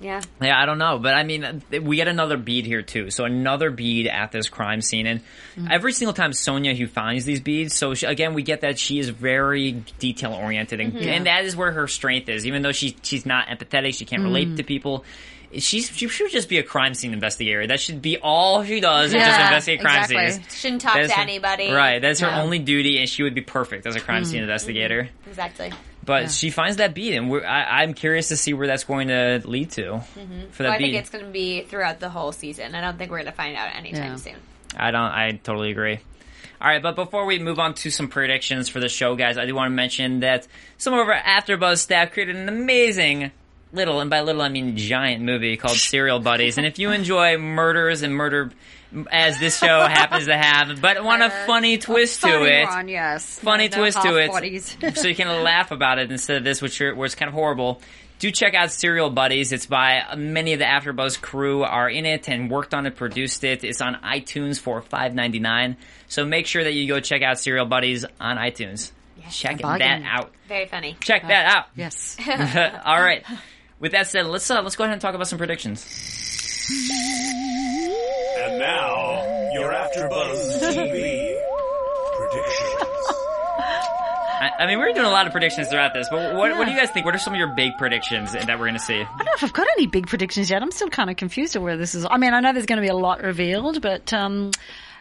S4: Yeah.
S2: Yeah, I don't know, but I mean, th- we get another bead here too. So another bead at this crime scene, and
S4: Mm-hmm.
S2: every single time Sonia who finds these beads, so she, again we get that she is very detail oriented, and,
S4: Mm-hmm.
S2: and that is where her strength is. Even though she she's not empathetic, she can't relate
S4: Mm-hmm.
S2: to people. She's, she should just be a crime scene investigator. That should be all she does. is just
S3: Yeah,
S2: investigate crime
S3: exactly.
S2: scenes.
S4: Shouldn't talk
S2: That's
S4: to
S2: her-
S4: anybody. Mm-hmm.
S2: Right. That's her
S3: Yeah.
S2: only duty, and she would be perfect as a crime scene investigator.
S4: Exactly.
S2: But she finds that bead, and we're, I, I'm curious to see where that's going to lead to for that
S4: Mm-hmm. Well, I
S2: bead.
S4: think it's going to be throughout the whole season. I don't think we're going to find out anytime
S3: Yeah.
S4: soon.
S2: I don't. I totally agree. All right, but before we move on to some predictions for the show, guys, I do want to mention that some of our AfterBuzz staff created an amazing little, and by little I mean giant movie called Serial Buddies. And if you enjoy murders and murder, as this show happens to have, but want a funny twist to
S3: Funny
S2: it,
S3: one, yes.
S2: funny
S3: No
S2: twist to
S3: half
S2: it,
S3: bodies.
S2: so you can laugh about it instead of this, which are, was kind of horrible. Do check out Serial Buddies. It's by uh, many of the AfterBuzz crew are in it and worked on it, produced it. It's on iTunes for five ninety nine. So make sure that you go check out Serial Buddies on iTunes. check
S3: bargain.
S2: that out.
S4: Very funny.
S2: Check that out.
S3: yes.
S2: All right. With that said, let's uh, let's go ahead and talk about some predictions.
S6: And now, your AfterBuzz TV predictions.
S2: I, I mean, we were doing a lot of predictions throughout this, but what, what do you guys think? What are some of your big predictions that we're going to see?
S5: I don't know if I've got any big predictions yet. I'm still kind of confused at where this is. I mean, I know there's going to be a lot revealed, but um,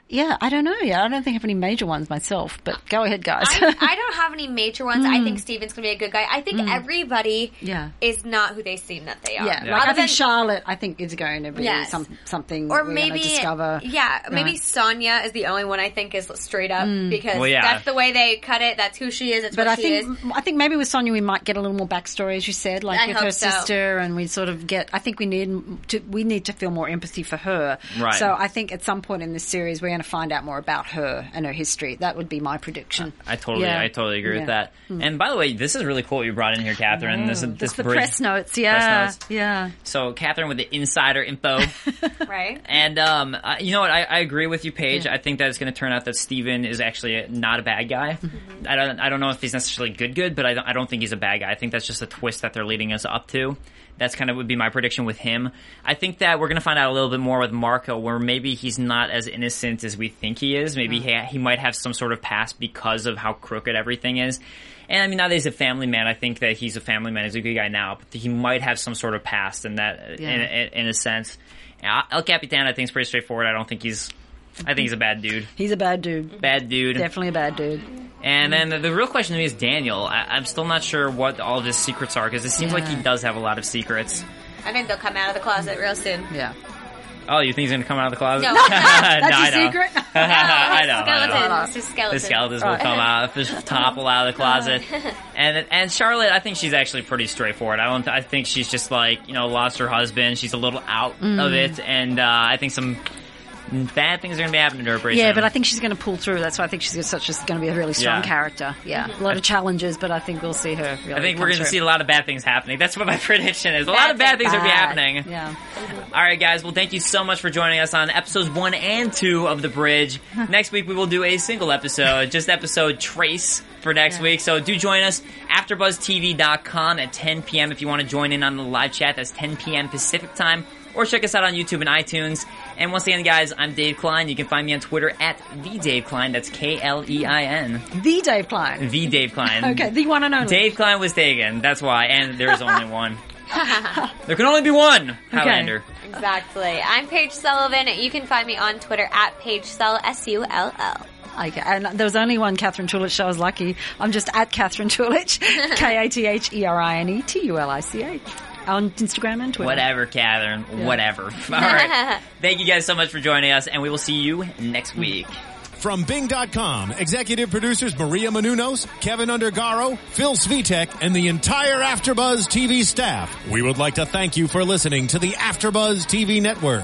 S5: yeah, I don't know. Yeah, I don't think I have any major ones myself. But go ahead, guys.
S4: I, I don't have any major ones. I think Steven's going to be a good guy. I think everybody
S3: Hmm. Yeah.
S4: is not not who they seem that they are.
S3: Yeah,
S4: Other
S3: like I
S4: than-
S3: think Charlotte, I think is going to be
S4: Yes.
S3: some, something
S4: or
S3: we're gonna
S4: maybe
S3: discover.
S4: yeah, maybe
S3: Right.
S4: Sonia is the only one I think is straight up because
S2: Well, yeah.
S4: that's the way they cut it. That's who she is. That's
S3: Hmm. But
S4: what
S3: I
S4: she
S3: think
S4: is.
S3: I think maybe with Sonia we might get a little more backstory, as you said, like
S4: I
S3: with
S4: hope
S3: her
S4: so.
S3: sister, and we sort of get. I think we need m- to we need to feel more empathy for her.
S2: Right.
S3: So I think at some point in this series we're going to find out more about her and her history. That would be my prediction.
S2: I totally,
S3: Yeah.
S2: I totally agree with
S3: Yeah. Hmm.
S2: that. And by the way, this is really cool what you brought in here, Catherine. This this,
S3: That's the
S2: bridge.
S3: press notes, yeah,
S2: notes.
S3: yeah.
S2: So Catherine with the insider info,
S4: Right?
S2: and um, I, you know what? I, I agree with you, Paige. I think that it's going to turn out that Steven is actually not a bad guy. I don't, I don't know if he's necessarily good, good, but I don't, I don't think he's a bad guy. I think that's just a twist that they're leading us up to. That's kind of would be my prediction with him. I think that we're going to find out a little bit more with Marco, where maybe he's not as innocent as we think he is. Maybe he, he might have some sort of past because of how crooked everything is. And I mean, now that he's a family man, I think that he's a family man. He's a good guy now, but he might have some sort of past in that, in, in, in a sense. Yeah, El Capitan, I think, is pretty straightforward. I don't think he's, I think he's a bad dude.
S3: He's a bad dude,
S2: Bad dude.
S3: definitely a bad dude.
S2: And then the, the real question to me is Daniel. I, I'm still not sure what all of his secrets are because it seems like he does have a lot of secrets.
S4: I think they'll come out of the closet real soon.
S3: Yeah,
S2: Oh, you think he's going to come out of the closet?
S4: No, that's
S2: No, I
S3: that's
S2: know.
S3: your secret.
S2: I know. I know.
S4: Skeletons. It's a skeleton.
S2: The skeletons will come out, the topple out of the closet, and and Charlotte, I think she's actually pretty straightforward. I don't, I think she's just like you know lost her husband. She's a little out of it, and uh, I think some bad things are going to be happening to her. Pretty
S3: Yeah,
S2: soon.
S3: but I think she's going to pull through. That's why I think she's such a, going to be a really strong
S2: Yeah.
S3: character. Yeah, a lot of challenges, but I think we'll see her. Really
S2: I think we're
S3: going
S2: going to see a lot of bad things happening. That's what my prediction is. A lot
S4: Bad
S2: of bad things are going to be happening.
S3: Yeah.
S2: All right, guys. Well, thank you so much for joining us on episodes one and two of The Bridge. next week, we will do a single episode, just episode Trace for next week. So do join us, AfterBuzzTV.com at 10 p.m. if you want to join in on the live chat. That's 10 p.m. Pacific time. Or check us out on YouTube and iTunes. And once again, guys, I'm Dave Klein. You can find me on Twitter at the Dave Klein. That's K L E I N.
S3: The Dave Klein.
S2: The Dave Klein.
S3: Okay, the one and only.
S2: Dave Klein was taken. That's why. And there is only one. there can only be one. Highlander.
S4: Exactly. I'm Paige Sullivan. You can find me on Twitter at Paige Sull, S-U-L-L.
S3: Okay. And there was only one Catherine Tulich, so I was lucky. I'm just at Catherine Tulich, E K-A-T-H-E-R-I-N-E-T-U-L-I-C-H. On Instagram and Twitter.
S2: Whatever, Catherine. Whatever. All right. Thank you guys so much for joining us, and we will see you next week.
S1: From Bing.com, executive producers Maria Manunos, Kevin Undergaro, Phil Svitek, and the entire Afterbuzz TV staff. We would like to thank you for listening to the Afterbuzz TV network.